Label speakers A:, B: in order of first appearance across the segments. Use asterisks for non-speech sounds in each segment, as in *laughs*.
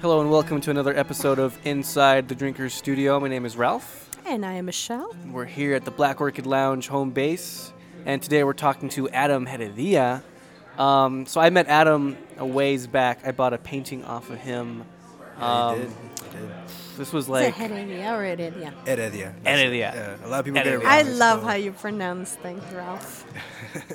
A: Hello and welcome to another episode of Inside the Drinker's Studio. My name is Ralph.
B: And I am Michelle.
A: We're here at the Black Orchid Lounge home base, and today we're talking to Adam Heredia. Um, so I met Adam a ways back. I bought a painting off of him.
C: I
A: Um,
C: did. I did.
A: This was
B: Is it
A: like
B: Heredia or Heredia?
C: Heredia.
A: Heredia.
C: Yeah, a lot of people get it
A: Heredia.
C: wrong.
B: I love
C: so-
B: how you pronounce things,
C: *laughs*
B: Ralph.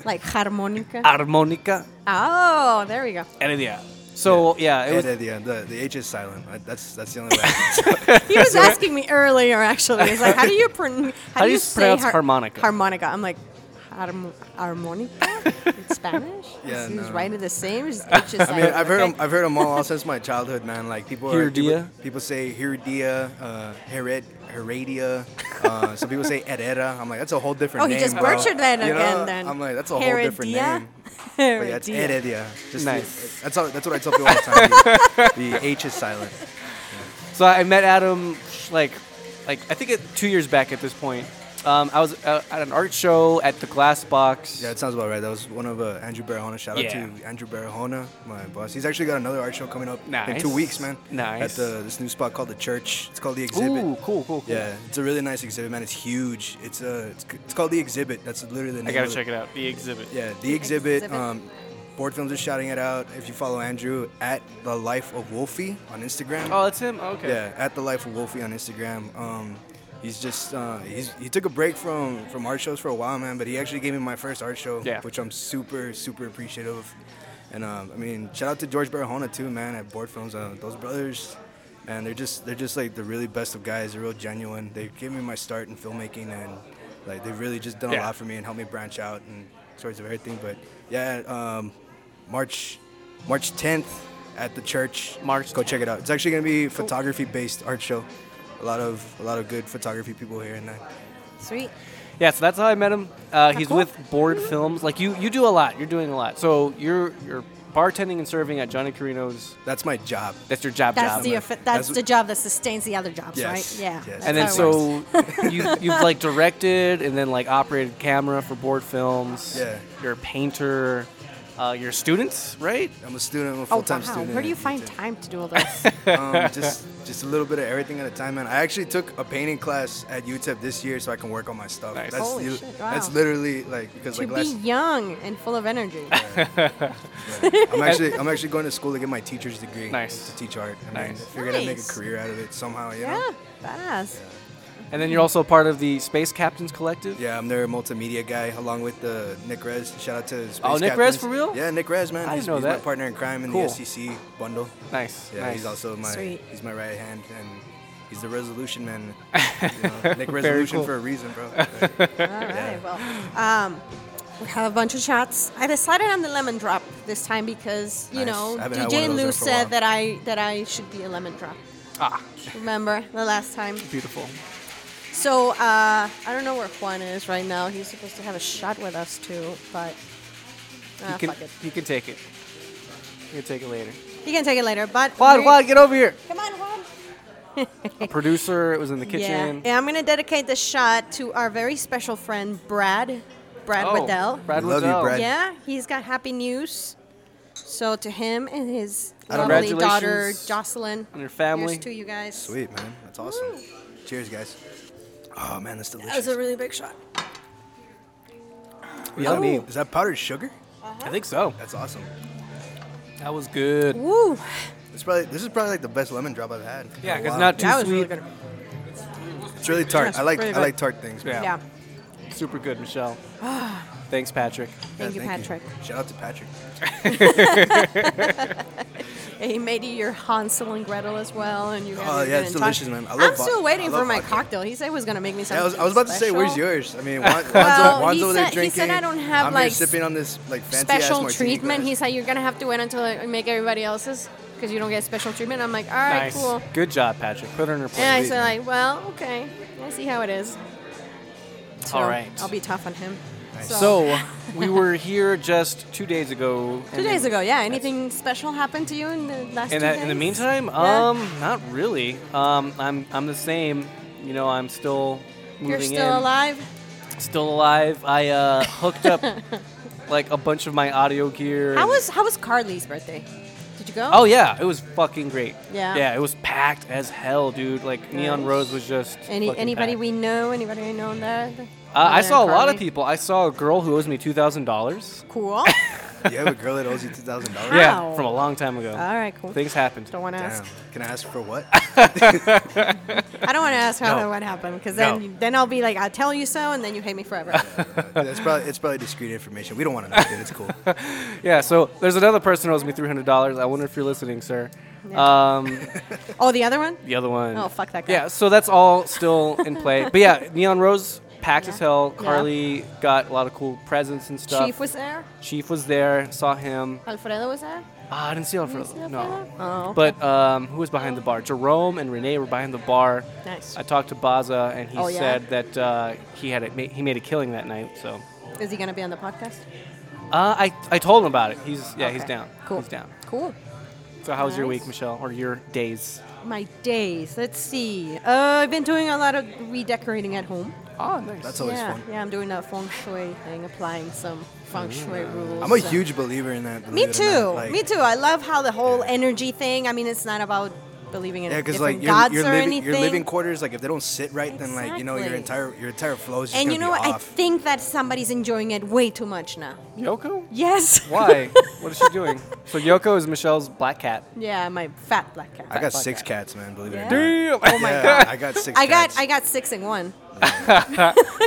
B: like harmonica.
A: harmonica
B: Oh, there we go.
A: Heredia. So yeah, it was
C: Heredia. The, the H is silent. I, that's that's the only way.
A: *laughs*
B: He
C: *laughs*
B: was asking me earlier, actually. He's like, how do you, pron- how
A: How do you
B: say
A: pronounce
B: har-
A: harmonica?
B: Harmonica. I'm like, harm- harmonica?
C: *laughs*
B: in Spanish?
C: Yeah,
B: He's
C: no.
B: writing the same.
C: *laughs*
B: It's just like,
C: I mean, I've heard
B: okay.
C: them, I've heard them all since my childhood, man. Like people, are, people,
A: Heredia?
C: people say Heredia, uh, Hered, Heredia. Uh, some people say Hereda. I'm like, that's a whole different.
B: Oh, he
C: name,
B: just
C: bro.
B: butchered that
C: You know?
B: again then.
C: I'm like, that's a whole different
B: Heredia? *laughs*
C: name. But yeah,
B: Heredia.
C: it's Heredia. Just the-
A: Nice.
C: that's all, that's what I tell people all the time. The, the H is silent.
A: So I met Adam like like I think it, two years back at this point. Um, I was uh, at an art show at the Glass Box.
C: Yeah, it sounds about right. That was one of uh, Andrew Barahona. Shout
A: Yeah.
C: out to Andrew Barahona, my boss. He's actually got another art show coming up in
A: Nice.
C: two weeks, man.
A: Nice.
C: At the, this new spot called the Church. It's called the Exhibit.
A: Ooh, cool, cool, cool.
C: Yeah, it's a really nice exhibit, man. It's huge. It's uh, it's, c- it's called the Exhibit. That's literally the name.
A: I gotta
C: of
A: check it out. The exhibit.
C: Yeah, the Exhibit.
B: Exhibit.
C: Um, Board Films is shouting it out. If you follow Andrew at the Life of Wolfie on Instagram.
A: Oh, that's him. Okay.
C: Yeah, at the life of Wolfie on Instagram. Um, he's just uh, he's he took a break from from art shows for a while, man. But he actually gave me my first art show,
A: Yeah.
C: which I'm super super appreciative. of. And um, I mean, shout out to George Barahona too, man, at Board Films. Uh, those brothers, man, they're just they're just like the really best of guys. They're real genuine. They gave me my start in filmmaking, and like they've really just done
A: Yeah.
C: a lot for me and helped me branch out and sorts of everything. But yeah, um, March March 10th at the church.
A: March
C: Go check it out. It's actually gonna
B: Oh.
C: be photography based art show. A lot of a lot of good photography people here and that.
B: Sweet.
A: Yeah, so that's how I met him. Uh, he's
B: cool.
A: with Board Films. Like you, you do a lot. You're doing a lot. So you're you're bartending and serving at Johnny Carino's.
C: That's my job.
A: That's your job.
B: That's
A: job.
B: the
C: That's
B: offi- that's
C: what-
B: the job that sustains the other jobs,
C: Yes,
B: right? Yeah.
C: yes.
B: that's
A: and then
B: how it works.
A: so you you've like directed and then like operated camera for Board Films.
C: Yeah.
A: You're a painter. Uh, you're students, right?
C: I'm a student, I'm a
B: Oh
C: full time
B: wow!
C: student.
B: Where do you
C: at
B: find
C: UT.
B: time to
C: *laughs*
B: do all this? *laughs*
C: Um, just just a little bit of everything at a time, man. I actually took a painting class at UTEP this year so I can work on my stuff.
A: Nice.
C: That's
B: Holy
C: li-
B: shit, wow.
C: That's literally like because
B: to
C: like
B: be
C: last
B: young and full of
C: *laughs*
B: energy. *laughs*
C: I'm actually I'm actually going to school to get my teacher's degree.
A: Nice.
C: To teach art. I mean,
A: Nice.
C: I figured I'd make a
B: Nice.
C: career out of it somehow, you know?
B: yeah, badass.
A: And then you're also part of the Space Captains Collective.
C: Yeah, I'm their multimedia guy, along with uh, Nick Rez. Shout out to Space
A: Oh, Nick
C: Captains.
A: Rez for real?
C: Yeah, Nick Rez, man.
A: I didn't
C: he's
A: know
C: he's my
A: that.
C: partner in crime in
A: Cool.
C: the SCC bundle.
A: Nice.
C: Yeah,
A: nice.
C: he's also my
B: Sweet.
C: he's my right hand, and he's the
A: *laughs*
C: resolution man. You know, Nick Resolution
A: cool.
C: for a reason,
A: *laughs*
C: bro.
B: All right. Well, um, we have a bunch of chats. I decided on the lemon drop this time because you
C: Nice.
B: know
C: I haven't had one
B: DJ
C: of
B: and
C: those
B: Lou
C: in for a while.
B: said that I that I should be a lemon drop.
A: ah,
B: Remember the last time?
A: beautiful.
B: So uh, I don't know where Juan is right now. He's supposed to have a shot with us too, but uh,
A: he can
B: fuck it.
A: he can take it. He can take it later.
B: He can take it later. But
A: Juan,
B: we're-
A: Juan, get over here.
B: come on, Juan.
A: A producer. It was in the
B: Yeah.
A: kitchen.
B: And I'm going to dedicate this shot to our very special friend, Brad. Brad
A: Oh,
B: Waddell.
A: Brad
C: We love you,
A: Waddell.
C: Brad.
B: Yeah, he's got happy news. So to him and his
C: I don't-
B: lovely daughter,
A: Congratulations
B: Jocelyn.
A: on your family.
B: Here's to you guys.
C: Sweet man, that's awesome. Cheers, guys. Oh man, that's delicious.
B: That was a really big shot.
C: Is that-
A: Yummy.
C: Is that powdered sugar?
A: I think so.
C: That's awesome.
A: That was good.
B: Woo.
C: It's probably this is probably like the best lemon drop I've had. in
A: Yeah,
C: a
A: 'cause
C: while.
A: not too
B: That was
A: sweet.
B: really good.
C: It's really tart.
B: That's
C: I like
B: pretty
C: I
B: good.
C: like tart things. man.
A: Yeah.
B: Yeah.
A: Super good, Michelle. *sighs* Thanks, Patrick.
B: Thank you,
C: Yeah,
B: Patrick.
C: Shout out to Patrick.
B: He made you your Hansel and Gretel as well. and you guys
C: Oh,
B: were
C: yeah,
B: gonna
C: it's
B: talk-
C: delicious, man. I love
B: I'm
C: vo-
B: still waiting
C: I
B: for
C: love
B: my
C: vodka.
B: cocktail. He said he was going to make me something
C: Yeah, I was, I was about to say, where's
B: special.
C: yours? I mean, Juan, Juan's,
B: Well,
C: Juan's
B: he
C: over there
B: said- he
C: drinking.
B: said, "I don't have,
C: I'm
B: like,
C: here sipping on this like fancy ass
B: special
C: martini
B: treatment.
C: glass.
B: He's like, you're gonna have to wait until I make everybody else's because you don't get special treatment. I'm like, all right,
A: nice.
B: cool.
A: Good job, Patrick. Put her in her place.
B: And I
C: Sweet,
B: said,
C: man.
B: like, well, okay, I see how it is. So
A: All right.
B: I'll be tough on him.
C: Nice.
A: So, we were here just two days ago.
B: *laughs* two days ago, yeah. Anything special happened to you in the last?
A: In,
B: two
A: that, in the
B: days?
A: meantime,
B: Yeah.
A: um, not really. Um, I'm I'm the same. You know, I'm still moving
B: you're
A: in.
B: still alive.
A: Still alive. I uh,
B: *laughs*
A: hooked up like a bunch of my audio gear.
B: How
A: and-
B: was how was Carly's birthday? Did Did you go?
A: Oh yeah, it was fucking great.
B: Yeah.
A: Yeah, it was packed as hell, dude. Like Neon
B: Nice.
A: Rose was just.
B: Any
A: fucking
B: anybody
A: packed.
B: we know? Anybody we know there? Uh,
A: Uh, I saw a lot of people. I saw a girl who owes me two thousand dollars. *laughs*
B: Cool. All
C: You have a girl that owes you two thousand dollars.
A: Yeah,
B: Wow.
A: from a long time ago.
B: right, cool.
A: Things happened.
B: Don't want to
C: Damn.
B: ask.
C: Can I ask for what? Uh,
B: I don't want to ask how
A: No.
B: that would happen because then
A: No.
B: you- then I'll be like, I'll tell you so, and then you hate me forever.
C: *laughs* That's probably it's probably discreet information. We don't want to know. Dude.
B: *laughs*
C: It's cool.
A: Yeah. So there's another person who owes me three hundred dollars. I wonder if you're listening, sir. Um,
B: oh, the other one?
A: the other one.
B: Oh, fuck that guy.
A: Yeah. So that's all still in play. But yeah, Neon Rose packed as
B: Yeah.
A: hell.
B: Yeah.
A: Carly got a lot of cool presents and stuff.
B: Chief was there.
A: Chief was there. Saw him.
B: Alfredo was there.
A: Ah, I didn't see Alfredo.
B: see
A: No.
B: Alfredo? Oh,
A: But um, who was behind the bar? Jerome and Renee were behind the bar.
B: Nice.
A: I talked to Baza, and he
B: Oh, yeah?
A: said that uh, he had it. Ma- he made a killing that night. So
B: Is he gonna be on the podcast?
A: uh, I I told him about it. He's yeah, he's
B: Okay.
A: down.
B: Cool.
A: He's down.
B: Cool.
A: So how was your
B: Nice.
A: week, Michelle, or your days?
B: My days. Let's see. Uh, I've been doing a lot of redecorating at home.
A: Oh, nice.
C: That's always
B: yeah,
C: fun.
B: yeah. I'm doing that feng shui thing, applying some feng shui rules.
C: I'm a
B: and-
C: huge believer in that.
B: Me
C: believe it or
B: too.
C: not. Like,
B: Me too. I love how the whole
C: Yeah.
B: energy thing. I mean, it's not about believing in
C: Yeah, because
B: different
C: like your,
B: gods
C: your
B: or
C: living,
B: anything.
C: your living quarters, like if they don't sit right, then like you know your
B: Exactly.
C: entire your entire flow is just
B: and
C: gonna
B: you know
C: be
B: what? I
C: off.
B: think that somebody's enjoying it way too much now.
A: Yoko.
B: Yes.
A: *laughs* Why? what is she doing? So Yoko is Michelle's black cat.
B: *laughs* yeah, my fat black cat.
C: I got
A: Fuck
C: six
A: that.
C: cats, man. Believe it or not.
A: Damn. Oh
C: yeah, I got six.
B: I got
C: cats.
B: I got six in one.
A: *laughs*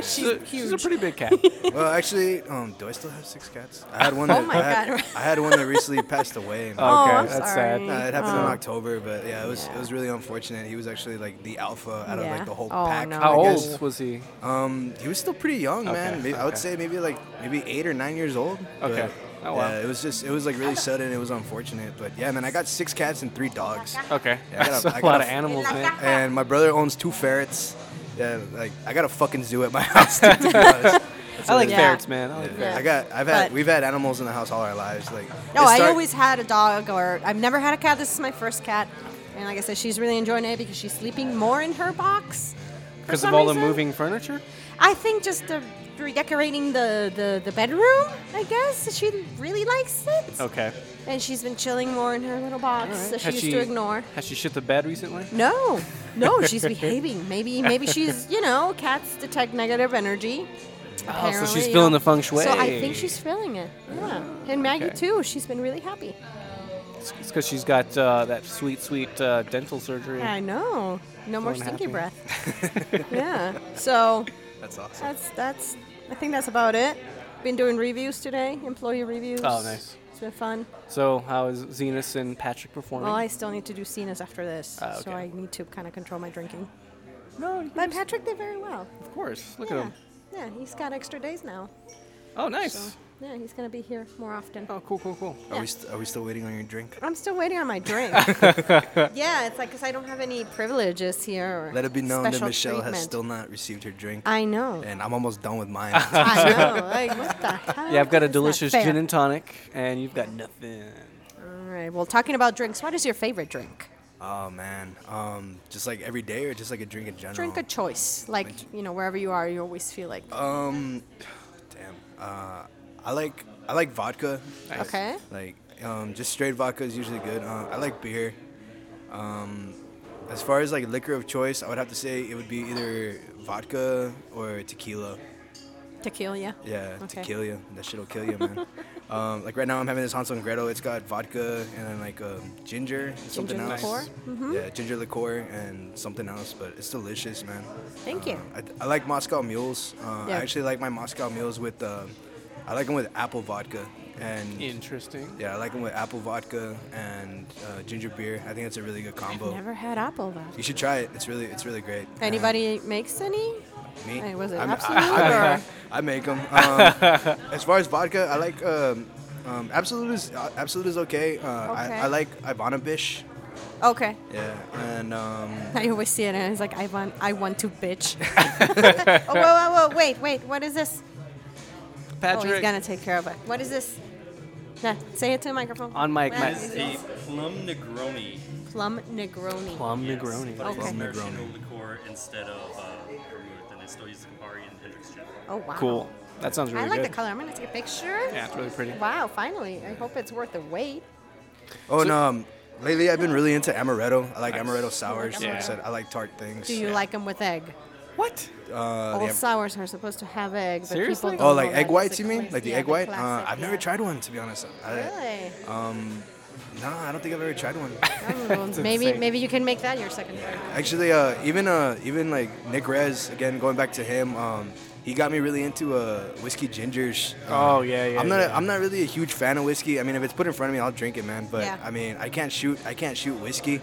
A: she's, a, she's a pretty big
B: *laughs*
A: cat.
C: Well, actually, um, do I still have six cats? I had one.
B: Oh
C: That,
B: my
C: I had,
B: God.
C: I had one that recently passed away.
A: Oh,
B: *laughs* oh,
A: okay,
B: I'm
A: that's
B: sorry.
A: sad.
C: Nah, it happened
B: Oh.
C: in October, but yeah, it was it was really unfortunate. He was actually like the alpha out of
B: Yeah.
C: like the whole
B: Oh,
C: pack.
B: no.
A: How
C: I
A: old
C: guess.
A: was he?
C: Um, he was still pretty young, man.
A: Okay,
C: Maybe, I would
A: okay.
C: say maybe like maybe eight or nine years old.
A: Okay.
C: But,
A: Oh, wow.
C: Yeah, it was just it was like really sudden. It was unfortunate, but yeah, man, I got six cats and three dogs,
A: Okay.
C: Yeah, I
A: *laughs*
C: got
A: That's
C: a-
A: a
C: I got
A: lot
C: a-
A: of animals, man.
C: and my brother owns two ferrets. Yeah, like I got a fucking zoo at my *laughs* house. Dude, to be honest.
A: I like
B: Yeah.
A: ferrets, man. I like ferrets.
B: *laughs* Yeah.
C: I got I've had
B: But-
C: we've had animals in the house all our lives. Like
B: No,
C: it
B: Oh, I
C: start-
B: always had a dog, or I've never had a cat. This is my first cat, and like I said, she's really enjoying it because she's sleeping more in her box. for
A: Because
B: some
A: of all the
B: reason.
A: moving furniture?
B: I think just the redecorating the, the the bedroom. I guess she really likes it,
A: Okay.
B: and she's been chilling more in her little box that she
A: Has
B: used to ignore.
A: Has she shit the bed recently?
B: No, no,
C: *laughs*
B: she's behaving. Maybe maybe she's you know cats detect negative energy.
A: Oh, so she's
B: Apparently,
A: feeling
B: yeah.
A: the feng shui.
B: So I think she's feeling it. Yeah, and Maggie
A: Okay.
B: too. She's been really happy.
A: It's because she's got uh, that sweet, sweet uh, dental surgery.
B: I know. No more
A: Going
B: stinky
A: happy.
B: breath.
C: *laughs*
B: yeah. So
C: That's awesome.
B: that's that's. I think that's about it. Been doing reviews today, employee reviews.
A: Oh, nice.
B: It's been fun.
A: So how is Zenas and Patrick performing?
B: Well, I still need to do Cenas after this,
A: Ah,
B: so
A: okay.
B: I need to kind of control my drinking.
A: no, you can
B: But
A: just-
B: Patrick did very well.
A: of course. Look at
B: yeah.
A: him.
B: Yeah, he's got extra days now.
A: Oh, nice.
B: So, yeah, he's going to be here more often.
A: Oh, cool, cool, cool.
C: Are we st- are we still waiting on your drink?
B: I'm still waiting on my
C: *laughs*
B: drink. yeah, it's like because I don't have any privileges here. Or
C: Let it be known that
B: special
C: Michelle has
B: treatment. Uh.
C: still not received her drink,
B: I *laughs* know.
C: and I'm almost done with *laughs* mine.
B: I know. Like, what the hell?
A: Yeah, I've got a
B: It's not
A: delicious
B: fair.
A: gin and tonic, and you've got nothing.
B: All right. Well, talking about drinks, what is your favorite drink?
C: Oh man, um, just like every day or just like a drink in general.
B: Drink of choice. Like, you know, wherever you are, you always feel like.
C: um, damn. Uh, I like I like vodka.
B: Okay.
C: Like um, just straight vodka is usually good. Uh, I like beer. Um, as far as like liquor of choice, I would have to say it would be either vodka or tequila.
B: Tequila. Yeah.
C: Yeah,
B: Okay.
C: tequila. That shit'll kill you,
B: *laughs*
C: man. um, like right now, I'm having this Hansel and Gretel. It's got vodka and then like um, ginger, and something
B: Ginger
C: else.
B: liqueur? Mm-hmm.
C: Yeah, ginger liqueur and something else, but it's delicious, man.
B: Thank you.
C: I, I like Moscow mules. Uh,
B: Yeah.
C: I actually like my Moscow mules with. Uh, I like them with apple vodka and.
A: Interesting.
C: Yeah, I like them with apple vodka and uh, ginger beer. I think it's a really good combo.
B: Never had apple vodka.
C: you should try it. It's really, it's really great. And
B: Anybody makes any?
C: me?
B: Hey, was it
C: I'm-
B: absolute or-
C: I
B: *laughs*
C: make them. Um, as far as vodka, I like um, um, Absolute is uh, Absolute is okay. Uh,
B: Okay.
C: I, I like Ivanovish.
B: Okay.
C: Yeah, and um,
B: I always see it and it's like, I want, I want to bitch. *laughs* oh, whoa, whoa, whoa, wait, wait, what is this?
A: Patrick.
B: Oh, he's gonna take care of it. What is this? Nah, say it to the microphone.
A: On mic,
B: What
A: mic.
B: is
D: It's
B: this?
D: a plum Negroni.
B: Plum Negroni.
A: Plum
D: Yes,
A: Negroni.
D: But it's
B: Okay.
D: an
C: Plum
D: original
C: Negroni.
D: liqueur instead of uh, vermouth, and they still use the Campari and Hendrix gin.
B: Oh wow.
A: Cool. That sounds really
B: I like
A: good.
B: the color. I'm gonna take a picture.
A: Yeah, it's really pretty.
B: Wow, finally. I hope it's worth the wait.
C: Oh, and um, lately I've been really into amaretto. I like amaretto sours. Like I
E: Yeah.
C: said, I like tart things.
B: Do you
E: Yeah.
B: like them with egg?
A: What?
C: Uh,
B: All
C: the am-
B: sours are supposed to have egg, but
A: Oh, Seriously?
B: people don't
C: oh, like
B: know
C: egg
B: that.
C: whites?
B: It's
C: You
B: a
C: mean
B: cla-
C: like the
B: yeah,
C: egg white? Uh,
B: classic,
C: I've never
B: yeah.
C: tried one to be honest. I,
B: Really?
C: No, I don't think I've ever tried one. Uh,
B: *laughs*
C: *laughs*
B: Oh, maybe
A: insane.
B: maybe you can make that your second favorite.
C: Actually, uh, even uh, even like Nick Rez again, going back to him, um, he got me really into uh, whiskey gingers. Uh,
A: Oh, yeah, yeah,
C: I'm not
A: yeah.
C: I'm not really a huge fan of whiskey. I mean, if it's put in front of me, I'll drink it, man. But
B: Yeah.
C: I mean, I can't shoot I can't shoot whiskey.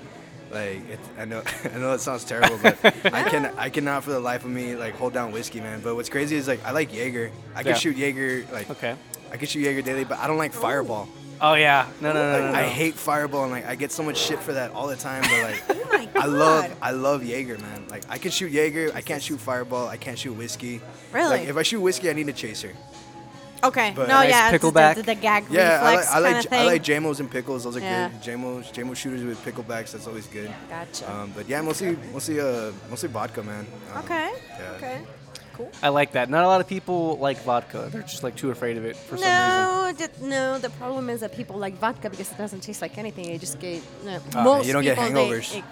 C: Like it, I know *laughs* I know that sounds terrible, but I can I cannot for the life of me like hold down whiskey, man. But what's crazy is like I like Jaeger. I can
A: Yeah.
C: shoot Jaeger like
A: Okay.
C: I can shoot Jaeger daily, but I don't like Fireball.
A: Oh yeah. No, no, no, no.
C: Like,
A: no.
C: I hate Fireball, and like I get so much shit for that all the time. But like,
B: my *laughs*
C: *laughs* I love
B: God.
C: I love Jaeger, man. Like I can shoot Jaeger, I can't shoot Fireball, I can't shoot whiskey.
B: Really?
C: Like if I shoot whiskey, I need a chaser.
B: Okay.
C: But-
B: no,
C: Nice
B: yeah, it's
A: pickleback.
B: The, the, the gag
C: Yeah,
B: reflex
C: I like I
B: kind
C: like
B: of
C: j-
B: thing.
C: I like Jamos and pickles. Those are
B: Yeah.
C: good. Jamos Jamo shooters with picklebacks. That's always good.
B: Gotcha.
C: Um, but yeah, mostly mostly uh mostly vodka, man. Um,
B: okay.
C: yeah.
B: Okay. Cool.
A: I like that. Not a lot of people like vodka. They're just like too afraid of it for some reason.
B: No, that- no. The problem is that people like vodka because it doesn't taste like anything. You just get no.
C: Ah,
B: most
C: you don't get
B: people, they-
C: hangovers.
B: it-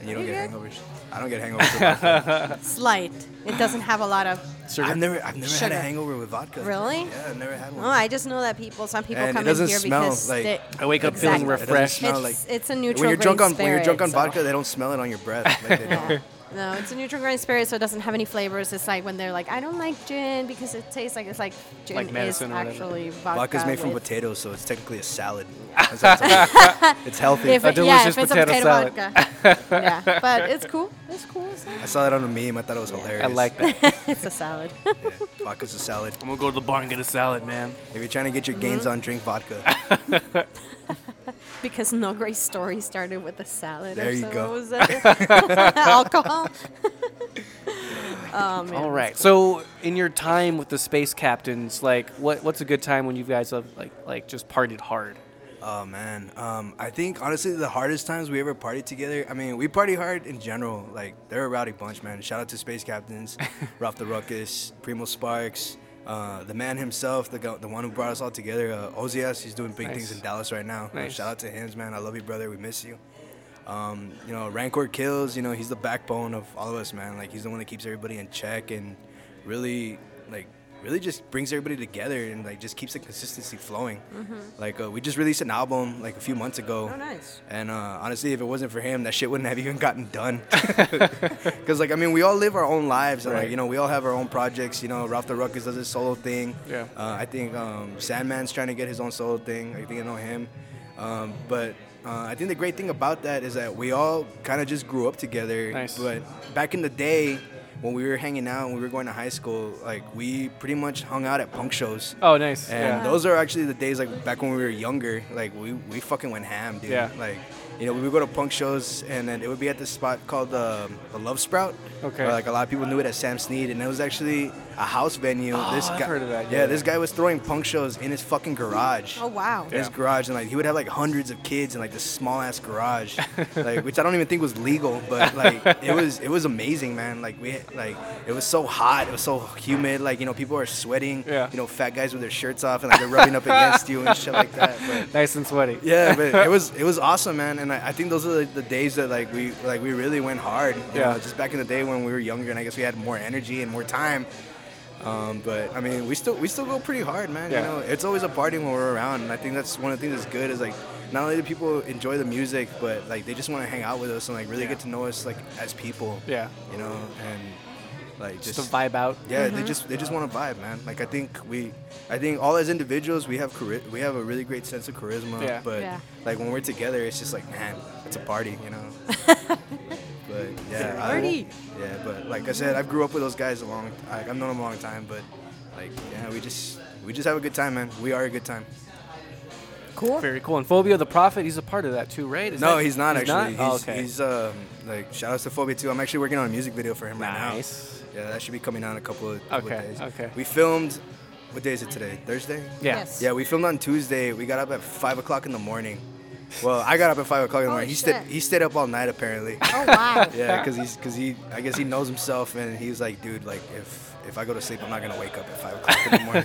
C: And you don't
B: You
C: get
B: good?
C: hangovers. I don't get hangovers. with vodka.
B: it's light. It doesn't have a lot of.
A: Sugar?
C: I've never I've never had a
B: Sugar.
C: hangover with vodka.
B: Really?
C: Yeah, I've never had one.
B: No, I just know that people. Some people
C: And it
B: come in
C: doesn't
B: here
C: smell,
B: because
C: like-
B: they,
A: I wake up
C: It
A: feeling
C: doesn't
A: refreshed.
C: smell
B: It's,
C: like-
B: it's a neutral
C: when you're drunk
B: grain
C: on when you're drunk on
B: spirit, so-
C: vodka, they don't smell it on your breath. Like
B: *laughs*
C: they don't.
B: Yeah. No, it's a neutral grain spirit, so it doesn't have any flavors. It's like when they're like, I don't like gin because it tastes like it's like gin
A: Like medicine
B: is
A: or whatever.
B: actually vodka.
C: Vodka's made from
B: with-
C: potatoes, so it's technically
B: *laughs*
C: a salad. That's what it's like. it's healthy.
B: If
A: A
B: it- yeah,
A: delicious
B: if it's
A: potato
B: a potato
A: *laughs*
B: vodka. yeah, but it's cool. It's cool. It's,
C: I saw that on a meme. I thought it was hilarious.
A: I like that.
B: it's a salad. *laughs*
C: Yeah, Vodka's a salad.
A: I'm gonna go to the bar and get a salad, man.
C: If you're trying to get your gains
A: Mm-hmm.
C: on, drink vodka.
A: *laughs*
B: because no great story started with a salad.
C: There
B: or
C: you
B: so.
C: go.
B: What was that? *laughs* Alcohol. oh man.
A: All right. So, in your time with the space captains, like, what what's a good time when you guys have like like just partied hard?
C: Oh man, um, I think honestly the hardest times we ever partied together. I mean, we party hard in general. Like they're a rowdy bunch, man. Shout out to
A: *laughs*
C: Space Captains, Ralph the Ruckus, Primo Sparks, uh, the man himself, the go- the one who brought us all together. Uh, Ozias, he's doing big things
A: Nice.
C: in Dallas right now.
A: Nice.
C: Shout out to him, man. I love you, brother. We miss you. Um, you know, Rancor kills. You know, he's the backbone of all of us, man. Like he's the one that keeps everybody in check and really, like, really just brings everybody together and like just keeps the consistency flowing. Like uh, we just released an album like a few months ago.
B: Mm-hmm. Oh, nice.
C: And uh, honestly, if it wasn't for him, that shit wouldn't have even gotten
B: *laughs*
C: done. *laughs* Because like I mean, we all live our own lives, and
A: Right.
C: like you know, we all have our own projects. You know, Ralph the Ruckus does his solo thing.
A: Yeah.
C: Uh, I think um, Sandman's trying to get his own solo thing. I think I know him. Um, but uh, I think the great thing about that is that we all kind of just grew up together.
A: Nice.
C: But back in the day, when we were hanging out, when we were going to high school, like we pretty much hung out at punk shows.
A: Oh, nice. yeah.
C: And those are actually the days like back when we were younger. Like we, we fucking went ham, dude.
A: Yeah.
C: Like you know we would go to punk shows and then it would be at this spot called the the Love Sprout.
A: Okay.
C: Or, like a lot of people knew it as Sam Sneed, and it was actually a house venue.
A: Oh,
C: this
A: I've
C: guy,
A: heard of that,
C: Yeah,
A: yeah.
C: this guy was throwing punk shows in his fucking garage.
B: Oh
C: *laughs*
B: wow.
C: In his garage, and like he would have like hundreds of kids in like this small ass garage, like which I don't even think was legal, but like it was it was amazing, man. Like we like it was so hot, it was so humid, like you know people are sweating,
A: Yeah.
C: you know fat guys with their shirts off and like they're rubbing up against you and shit like that. But
A: nice and sweaty.
C: yeah, but
A: *laughs*
C: it was it was awesome, man. And I, I think those are the, the days that like we like we really went hard. you
A: Yeah.
C: know, just back in the day when we were younger, and I guess we had more energy and more time. Um, but I mean, we still we still go pretty hard, man.
A: Yeah.
C: You know, it's always a party when we're around, and I think that's one of the things that's good is like not only do people enjoy the music, but like they just want to hang out with us and like really get to know us like as people.
A: Yeah.
C: You know, and like just,
A: Just to vibe out.
C: yeah, they just they just want to vibe, man. Like I think we, I think all as individuals we have chari- we have a really great sense of charisma.
A: Yeah.
C: But
B: Yeah.
C: like when we're together, it's just like man, it's a party,
B: *laughs*
C: you know. but yeah, I-
B: party.
C: yeah, but like I said, I grew up with those guys a long. Like, I've known them a long time, but like yeah, we just we just have a good time, man. We are a good time.
B: Cool.
A: Very cool. And Phobia the Prophet, he's a part of that too, right? Is
C: no,
A: that-
C: he's not actually.
A: Oh,
C: He's,
A: okay.
C: he's um like shout outs to Phobia too. I'm actually working on a music video for him right now.
A: Nice.
C: Yeah, that should be coming out in a couple of, couple
A: Okay,
C: of days.
A: okay.
C: We filmed. What day is it today? Thursday.
A: yeah.
B: Yes.
C: Yeah, we filmed on Tuesday. We got up at five o'clock in the morning, Well, I got up at five o'clock in the
B: Holy
C: morning. He stayed,
B: shit.
C: he stayed up all night
A: *laughs*
C: apparently.
B: Oh wow.
C: Yeah, because he's because he I guess he knows himself and he's like, dude, like if if I go to sleep, I'm not gonna wake up at five o'clock in the
B: *laughs*
C: morning.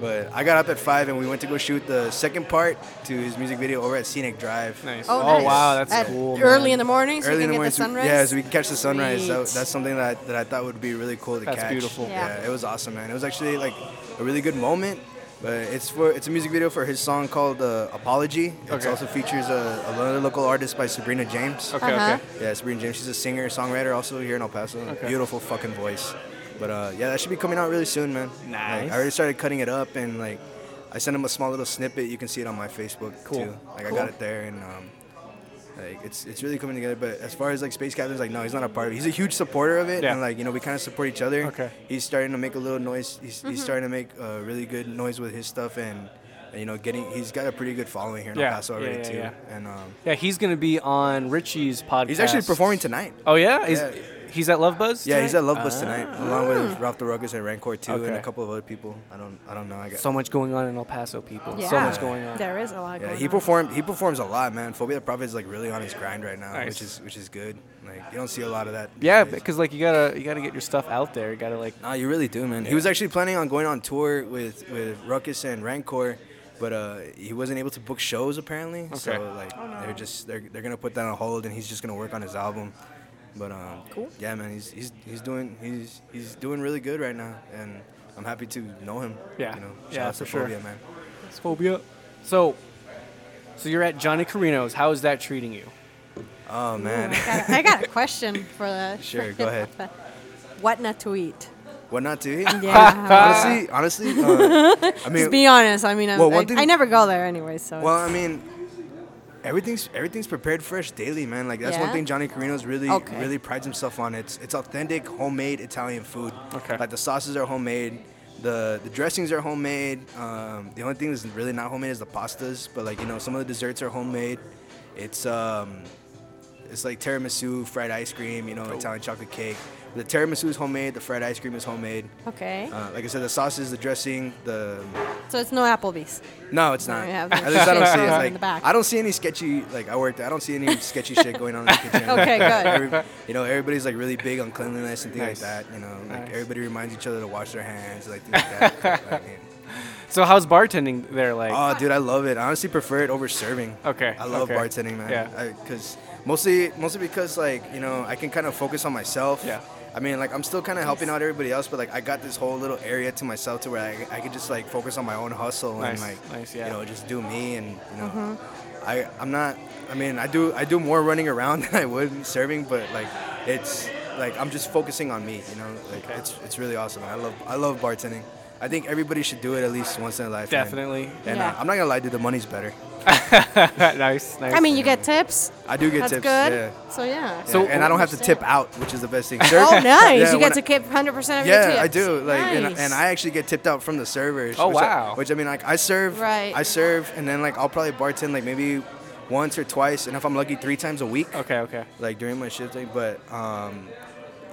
C: but I got up at five and we went to go shoot the second part to his music video over at Scenic Drive.
B: Oh,
A: Oh,
B: nice.
A: wow, that's
B: At-
A: cool,
B: Early
A: man.
B: in the morning, so
C: Early
B: you
C: in
B: can
C: the
B: get the
C: morning, so we-
B: sunrise.
C: yeah, so we can catch the sunrise. That,
B: Sweet.
C: that's something that, that I thought would be really cool to
A: That's
C: catch.
A: beautiful.
B: Yeah.
C: yeah, it was awesome, man. It was actually like a really good moment. But it's for it's a music video for his song called uh, "Apology." It
A: Okay.
C: also features a, another local artist by Sabrina James.
A: Okay,
B: Uh-huh.
A: okay.
C: Yeah, Sabrina James. She's a singer, songwriter, also here in El Paso. Beautiful fucking voice. But uh, yeah, that should be coming out really soon, man.
A: Nice.
C: Like, I already started cutting it up and like, I sent him a small little snippet. You can see it on my Facebook
A: Cool.
C: too. Like I got it there and. Um, like it's it's really coming together, but as far as like Space Captain's like no, he's not a part of it. He's a huge supporter of it,
A: Yeah.
C: and like you know we kind of support each other.
A: Okay. Mm-hmm.
C: He's starting to make a little noise. He's, he's starting to make a really good noise with his stuff, and, and you know getting he's got a pretty good following here in El
A: Yeah.
C: Paso
A: Yeah,
C: already
A: yeah,
C: too.
A: yeah.
C: And um,
A: Yeah, he's gonna be on Richie's podcast.
C: he's actually performing tonight.
A: Oh yeah, he's
C: Yeah.
A: he's at Love Buzz.
C: Yeah, he's
A: tonight? Uh,
C: at Love Bus tonight, along with Ralph the Ruggers and Rancor too, and
A: Ah. Okay.
C: a couple of other people. I don't, I don't know. I got.
A: So much going on in El Paso, people.
B: Yeah.
A: So much going on.
B: There is a lot
C: yeah,
B: going
C: he
B: on.
C: performed. He performs a lot, man. Phobia the Prophet is like really on his grind right now,
A: Nice.
C: which is which is good. Like you don't see a lot of that. these
A: Yeah,
C: days.
A: because like you gotta you gotta get your stuff out there. You gotta like
C: Nah, you really do, man. He was actually planning on going on tour with with Ruckus and Rancor, but uh, he wasn't able to book shows apparently.
A: Okay.
C: So
B: Oh,
C: like they're just they're they're gonna put that on hold, and he's just gonna work on his album. But um, cool. Yeah, man. He's he's he's doing he's he's doing really good right now, and I'm happy to know him.
A: Yeah.
C: You know, shout
A: Yeah,
C: out
A: for
C: to
A: sure.
C: Phobia, man.
A: phobia. So, so you're at Johnny Carino's. How is that treating you?
C: Oh man.
B: I got, I got a question for the.
C: *laughs* Sure, go ahead.
B: What not to
C: *laughs*
B: eat?
C: what not to eat?
B: *laughs* Yeah.
C: honestly,
B: *laughs*
C: honestly, uh, I mean,
B: Just be honest. I mean, I'm,
C: Well, one
B: I,
C: thing-
B: I never go there anyway, so.
C: Well, I mean, everything's everything's prepared fresh daily, man. Like that's
B: Yeah?
C: one thing Johnny Carino's really
B: Okay.
C: really prides himself on. It's it's authentic homemade Italian food.
A: Okay.
C: Like the sauces are homemade. The, the dressings are homemade. Um, the only thing that's really not homemade is the pastas, but like you know, some of the desserts are homemade. It's um, it's like tiramisu, fried ice cream, you know, Italian chocolate cake. The tiramisu is homemade. The fried ice cream is homemade.
B: okay.
C: Uh, like I said, the sauces, the dressing, the
B: so it's no Applebee's.
C: no, it's
B: No,
C: not.
B: we have
C: At
B: the
C: least I don't
B: shit
C: see it.
B: frozen in
C: Like,
B: the back.
C: I don't see any sketchy. Like I worked. I don't see any sketchy shit going on in the kitchen.
B: *laughs* Okay, good.
C: Every- you know, everybody's like really big on cleanliness and things
A: Nice.
C: like that. You know, like
A: Nice.
C: everybody reminds each other to wash their hands, like things
A: *laughs*
C: like that. Like, man.
A: So how's bartending there? Like
C: Oh, dude, I love it. I honestly prefer it over serving.
A: Okay,
C: I love
A: okay.
C: bartending, man.
A: Yeah.
C: Because mostly, mostly because like you know, I can kind of focus on myself.
A: Yeah.
C: I mean, like I'm still kind of helping out everybody else, but like I got this whole little area to myself to where I, I could just like focus on my own hustle
A: Nice,
C: and like
A: nice, yeah.
C: you know just do me and you know I I'm not I mean I do I do more running around *laughs* than I would serving, but like it's like I'm just focusing on me. You know, like
A: Okay.
C: it's it's really awesome. I love I love bartending. I think everybody should do it at least once in their life. man.
A: Definitely.
C: And
B: Yeah.
C: uh, I'm not gonna lie, dude, the money's better.
A: *laughs* nice, nice.
B: I mean, you get tips.
C: I do get
B: That's
C: tips.
B: good.
C: Yeah.
B: So, yeah.
A: So-
C: So and I don't have to tip out, which is the best thing. Serve-
B: *laughs* oh, nice.
C: *laughs* Yeah,
B: you
C: when
B: get to keep 100%
C: I,
B: of your tips.
C: yeah, I do. Like, and,
B: Nice.
C: and I actually get tipped out from the servers.
A: Oh,
C: which I-
A: wow.
C: which I mean, like I serve,
B: Right.
C: I serve, and then like I'll probably bartend like maybe once or twice, and if I'm lucky, three times a week.
A: Okay, okay.
C: Like during my shift, like, but um,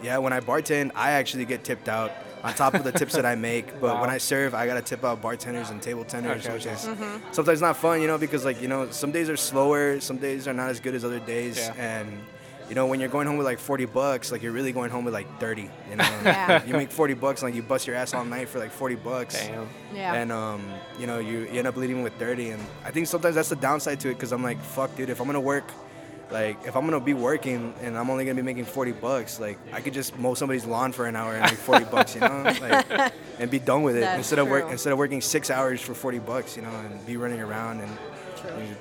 C: yeah, when I bartend, I actually get tipped out on top of the tips that I make.
A: *laughs*
C: But when
A: Wow.
C: I serve, I gotta tip out bartenders and table tenders,
A: Okay,
C: which
A: okay. Mm-hmm.
C: is sometimes not fun, you know, because like you know, some days are slower, some days are not as good as other days,
A: Yeah.
C: and you know, when you're going home with like 40 bucks, like you're really going home with like 30. You know,
A: *laughs*
B: Yeah.
C: you make 40 bucks, like you bust your ass all night for like 40 bucks.
A: Damn.
B: Yeah.
C: And um, you know, you, you end up leaving with 30, and I think sometimes that's the downside to it, because I'm like, fuck, dude, if I'm gonna work, like, if I'm gonna be working and I'm only gonna be making 40 bucks, like, I could just mow somebody's lawn for an hour and make 40 bucks, you know,
B: *laughs*
C: like, and be done with it
B: That's
C: instead of work
B: true.
C: instead of working six hours for 40 bucks, you know, and be running around and.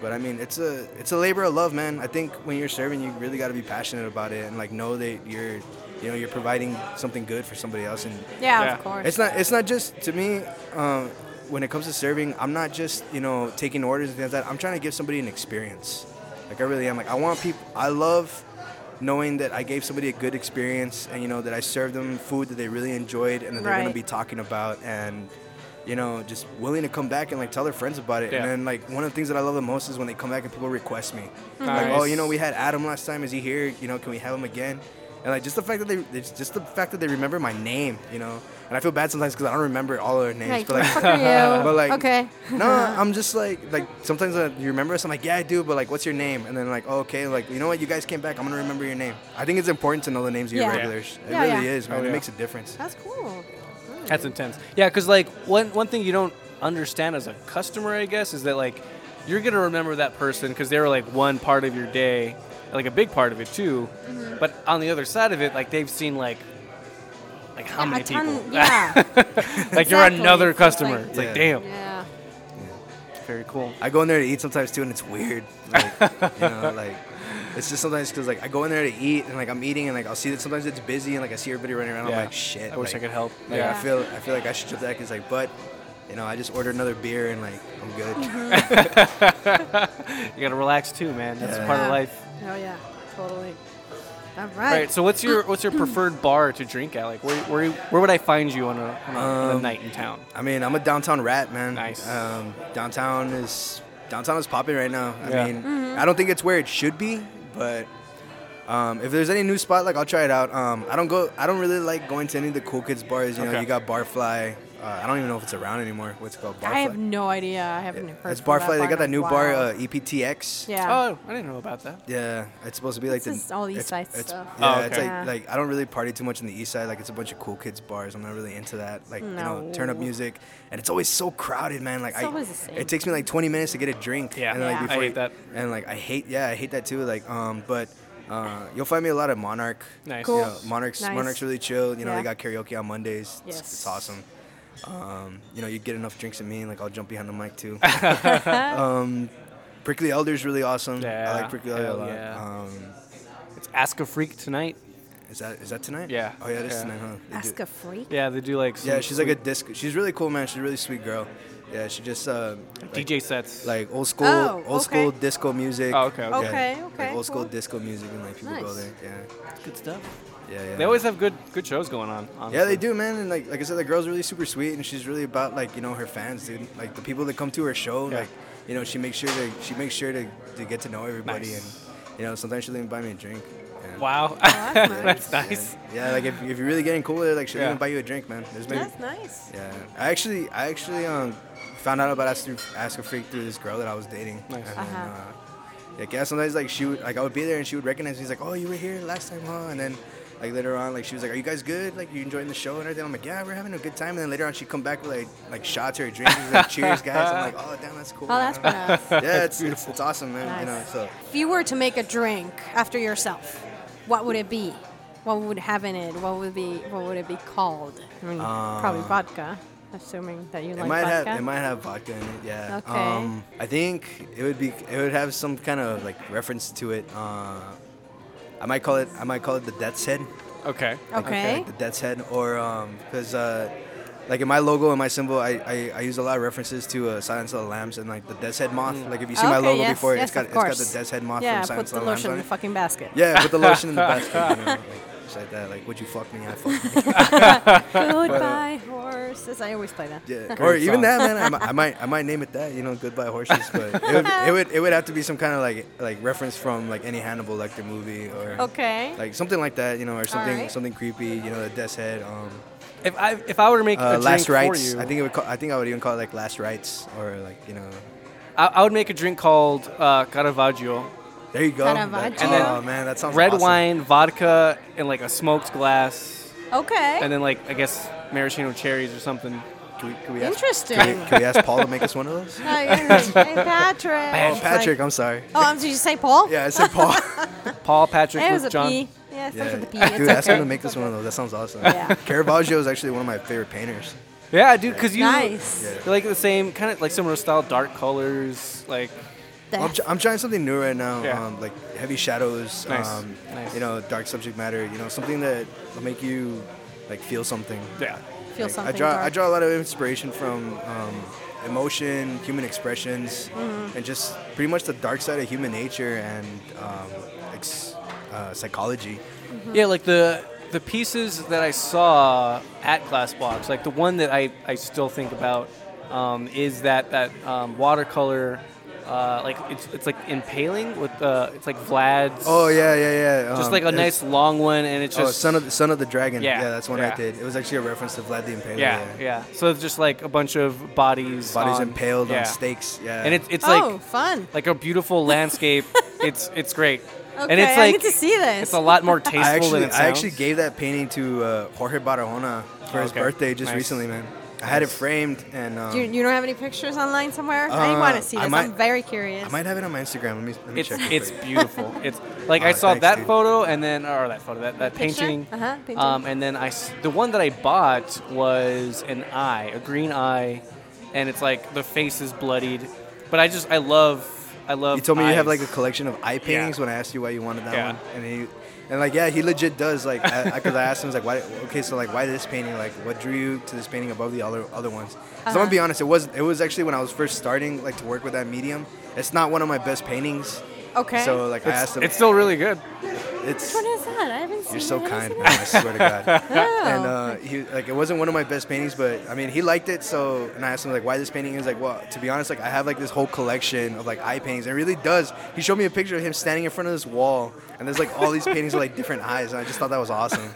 C: But I mean, it's a it's a labor of love, man. I think when you're serving, you really got to be passionate about it and like know that you're, you know, you're providing something good for somebody else and
B: yeah,
A: Yeah.
B: of course.
C: it's not. It's not just to me. Um, when it comes to serving, I'm not just you know taking orders and things like that. I'm trying to give somebody an experience. Like I really am. Like I want people. I love knowing that I gave somebody a good experience and you know that I served them food that they really enjoyed and that they're
B: Right.
C: gonna be talking about and you know just willing to come back and like tell their friends about it.
A: Yeah.
C: And then like one of the things that I love the most is when they come back and people request me.
A: Mhm.
C: Like
A: Nice.
C: oh you know we had Adam last time. Is he here? You know can we have him again? and like just the fact that they, it's just the fact that they remember my name, you know. And I feel bad sometimes because I don't remember all their names.
B: Like,
C: but like,
B: fuck are you?
C: *laughs* but like,
B: okay.
C: no, I'm just like, like sometimes uh, you remember us. I'm like, yeah, I do. But like, what's your name? And then like, oh, okay, like you know what? You guys came back. I'm gonna remember your name. I think it's important to know the names of your
B: Yeah. Yeah.
C: regulars. It
B: Yeah,
C: really
B: yeah.
C: is, man.
A: Oh, yeah.
C: It makes a difference.
B: That's cool.
A: That's intense. Yeah, because like one one thing you don't understand as a customer, I guess, is that like you're gonna remember that person because they were like one part of your day, like a big part of it too.
B: Mm-hmm.
A: But on the other side of it, like they've seen like like how
B: Yeah,
A: many
B: a ton,
A: people? *laughs*
B: Yeah.
A: like you're
B: exactly.
A: another
B: It's like-
A: customer. It's like,
C: Yeah.
A: damn,
B: yeah.
A: very cool.
C: I go in there to eat sometimes too, and it's weird. Like, you
A: *laughs*
C: know, like it's just sometimes because like I go in there to eat, and like I'm eating, and like I'll see that sometimes it's busy, and like I see everybody running around.
A: Yeah.
C: I'm like, shit.
A: I wish
C: like-
A: I could help.
C: Like
A: yeah.
C: I feel, I feel like I should just act as like, but you know, I just ordered another beer, and like I'm good.
A: You gotta relax too, man. That's
C: Yeah.
A: part of
B: Yeah.
A: life.
B: Oh yeah, totally. All right.
A: All right. So what's your what's your preferred bar to drink at? Like where where, where would I find you on a, on a, on a
C: Um,
A: night in town?
C: I mean, I'm a downtown rat, man.
A: Nice.
C: Um, downtown is downtown is popping right now. I
A: Yeah.
C: mean,
B: Mm-hmm.
C: I don't think it's where it should be, but um, if there's any new spot, like I'll try it out. Um, I don't go. I don't really like going to any of the cool kids bars. You know,
A: Okay.
C: you got Barfly. Uh, I don't even know if it's around anymore. What's it called? Barfly.
B: I have no idea. I haven't heard.
C: it's
B: from
C: Barfly.
B: that
C: they
B: bar in
C: got
B: a
C: that new bar,
B: while.
C: uh, EPTX.
B: yeah.
A: Oh, I didn't know about that.
C: Yeah, it's supposed to be like
B: It's
C: the
B: just all east
C: it's-
B: side
C: it's-
B: stuff.
C: Yeah,
A: Oh,
C: it's
A: okay.
C: like
B: Yeah.
C: like I don't really party too much in the east side. Like it's a bunch of cool kids bars. I'm not really into that. Like you know, turn up
B: No.
C: music, and it's always so crowded, man. Like
B: It's
C: I,
B: always the same.
C: it takes me like 20 minutes to get a drink.
A: Yeah.
C: and, like,
B: Yeah. I
C: before
A: hate
C: you-
A: that.
C: And like I hate, yeah, I hate that too. Like um, but uh, you'll find me a lot of Monarch.
A: Nice.
B: Cool.
C: You know, Monarch's
B: Nice.
C: Monarch's really chill. You know,
B: Yeah.
C: they got karaoke on Mondays. It's,
B: Yes.
C: it's awesome. Um, you know, you get enough drinks at me, and like I'll jump behind the mic too. *laughs* um, Prickly Elder's really awesome. I
A: Yeah,
C: like Prickly Elder a
A: hell
C: lot.
A: yeah.
C: Um,
A: It's Ask a Freak tonight.
C: is that is that tonight?
A: Yeah.
C: Oh yeah, this
A: Yeah.
C: is tonight, huh? They do-
B: Ask a freak.
A: Yeah, they do like some
C: yeah, she's like a
A: sweet
C: disc. She's really cool, man. She's a really sweet girl. Yeah, she just uh, like,
A: DJ sets.
C: like old school,
B: Oh, okay.
C: old school disco music.
A: Oh, okay, okay.
B: Okay,
C: Like,
B: okay,
C: old school
B: cool.
C: disco music, and like people go
B: Nice.
C: there. Yeah,
A: good stuff.
C: yeah, yeah.
A: They always have good good shows going on. Honestly.
C: Yeah, they do, man. And like, like I said, the girl's really super sweet, and she's really about like you know her fans, dude. Like the people that come to her show,
A: Yeah.
C: like you know she makes sure to she makes sure to, to get to know everybody,
A: Nice.
C: and you know sometimes she'll even buy me a drink.
A: *laughs*
C: Yeah.
A: Wow,
B: that's nice.
A: that's nice.
C: Yeah, like if, if you're really getting cool with her, like she'll
A: Yeah.
C: even buy you a drink, man. There's been
B: That's nice.
C: Yeah, I actually, I actually um, found out about Ask, through, Ask a Freak through this girl that I was dating.
A: Nice.
C: And
B: Uh-huh.
C: then, uh, like, yeah, sometimes like she would, like I would be there and she would recognize me. She's like, "Oh, you were here last time, huh?" And then, like later on, like she was like, "Are you guys good? Like, you enjoying the show and everything?" I'm like, "Yeah, we're having a good time." And then later on, she'd come back with like like shots or drinks. She's like, "Cheers, guys!" I'm like, "Oh, damn, that's cool."
B: Oh, that's
C: man."
B: badass.
C: *laughs* yeah, it's, it's it's awesome, man. You know,
B: Nice.
C: so
B: if you were to make a drink after yourself, what would it be? What would have in it? What would be? What would it be called? I mean, probably vodka, assuming that you
C: Um, It
B: like
C: might
B: vodka.
C: have it might have vodka in it. Yeah.
B: Okay.
C: Um, I think it would be it would have some kind of like reference to it. Uh, I might call it I might call it the Death's Head.
A: Okay.
B: okay.
C: The Death's Head, or because uh, like in my logo and my symbol, I, I, I use a lot of references to uh, Silence of the Lambs and like the Death's Head moth. Like if you see my
B: Okay,
C: logo
B: yes,
C: before,
B: yes,
C: it's got
B: of
C: it's got
B: course.
C: the Death's Head moth
B: yeah,
C: from Silence
B: put
C: of
B: the
C: the Lambs
B: lotion
C: on
B: in the
C: it.
B: fucking basket.
C: Yeah, put the lotion in the basket.
B: *laughs*
C: You know, like, just like that. Like, would you fuck me? I fuck. you. *laughs*
B: Goodbye horses. I always play that.
C: uh, Yeah, or
A: Great song.
C: even that, man. I, mi- I might, I might name it that. You know, goodbye horses. But it would, it would, it would have to be some kind of like, like reference from like any Hannibal Lecter movie or
B: Okay.
C: like something like that. You know, or something,
B: right.
C: something creepy. You know, the Death's Head. Um,
A: If I if I were to make a
C: uh,
A: drink
C: last
A: for
C: rites.
A: you,
C: I think it would. Call, I think I would even call it like last rites or like you know.
A: I, I would make a drink called uh, Caravaggio,
C: There you go. That-
B: Caravaggio. And then
C: oh man, that sounds
A: red
C: awesome.
A: wine, vodka, and like a smoked glass,
B: okay.
A: and then like I guess maraschino cherries or something.
C: Can we, can we ask,
B: Interesting. *laughs*
C: can we, can we ask Paul to make us one of those?
B: Oh, yeah. hey, Patrick.
C: Oh, Patrick, I'm sorry.
B: oh, um, did you say Paul?
C: Yeah, I said
B: *laughs*
C: Paul.
A: Paul, Patrick,
B: It
A: Luke,
B: was a
A: John.
B: P. Yeah, it starts
C: yeah,
B: with a P. It's
C: dude, ask him
B: okay.
C: to make us one of those. That sounds awesome.
B: Yeah.
C: Caravaggio is actually one of my favorite painters.
A: Yeah, dude, because you
B: Nice.
C: Yeah.
A: you like the same kind of like similar style, dark colors, like
C: Well, I'm, tr- I'm trying something new right now,
A: Yeah.
C: um, like heavy shadows,
A: Nice.
C: Um,
A: Nice.
C: you know, dark subject matter, you know, something that will make you like feel something.
A: yeah.
B: Feel
C: Like,
B: something
C: I draw I
B: dark.
C: draw a lot of inspiration from um, emotion, human expressions,
B: Mm-hmm.
C: and just pretty much the dark side of human nature and um, ex- uh, psychology.
B: Mm-hmm.
A: Yeah, like the the pieces that I saw at Glassbox, like the one that I, I still think about um, is that that um, watercolor uh, like it's, it's like impaling with uh, it's like Vlad's.
C: Oh yeah, yeah, yeah.
A: Just
C: um,
A: like a nice
C: it's-
A: long one, and it's
C: Oh,
A: just
C: son of son of the dragon.
A: Yeah,
C: Yeah, that's one
A: yeah.
C: I did. It was actually a reference to Vlad the Impaler.
A: yeah, yeah. So it's just like a bunch of bodies.
C: Bodies
A: on-
C: impaled
A: yeah.
C: on stakes. Yeah.
A: and it's it's
B: oh,
A: like
B: fun.
A: like a
B: *laughs*
A: beautiful landscape. it's it's great,
B: Okay,
A: and it's
B: I
A: like
B: need to see this.
A: it's a lot
B: *laughs*
A: more tasteful
C: I
A: than
C: actually
A: it sounds.
C: I actually gave that painting to uh, Jorge Barahona for his
A: Okay.
C: birthday just
A: Nice.
C: recently, man. I had it framed and um,
B: Do you, you don't have any pictures online somewhere? I want to
C: Uh,
B: see
C: I
B: this.
C: might-
B: I'm very curious.
C: I might have it on my Instagram. Let me let me
A: it's
C: check. real
A: it's
C: quick.
A: beautiful. It's like I
C: Aw,
A: saw
C: thanks,
A: that
C: dude.
A: photo and then or that photo that, that
B: Picture?
A: painting,
B: Uh-huh, painting.
A: Um, and then I s- the one that I bought was an eye, a green eye, and it's like the face is bloodied, but I just I love I love.
C: You told me you have
A: eyes.
C: like a collection of eye paintings when I asked you why you wanted that
A: Yeah.
C: one, and he, and like yeah, he legit does. Like, because I, 'cause I asked him, I was like, why? Okay, so like, why this painting? Like, what drew you to this painting above the other other ones? 'Cause
B: Uh-huh.
C: I'm gonna be honest, it was it was actually when I was first starting like to work with that medium. It's not one of my best paintings.
B: Okay.
C: So like I asked him,
A: It's still really good.
C: it's
B: What is that? I haven't seen
C: you're so
B: it. What is
C: kind,
B: it?
C: man. I swear to
A: *laughs*
C: God.
B: Oh.
C: *laughs* And uh, he like it wasn't one of my best paintings, but I mean he liked it. So and I asked him like why this painting He was like well to be honest like I have like this whole collection of like eye paintings. And it really does. He showed me a picture of him standing in front of this wall, and there's like all these paintings of like different eyes, and I just thought that was awesome.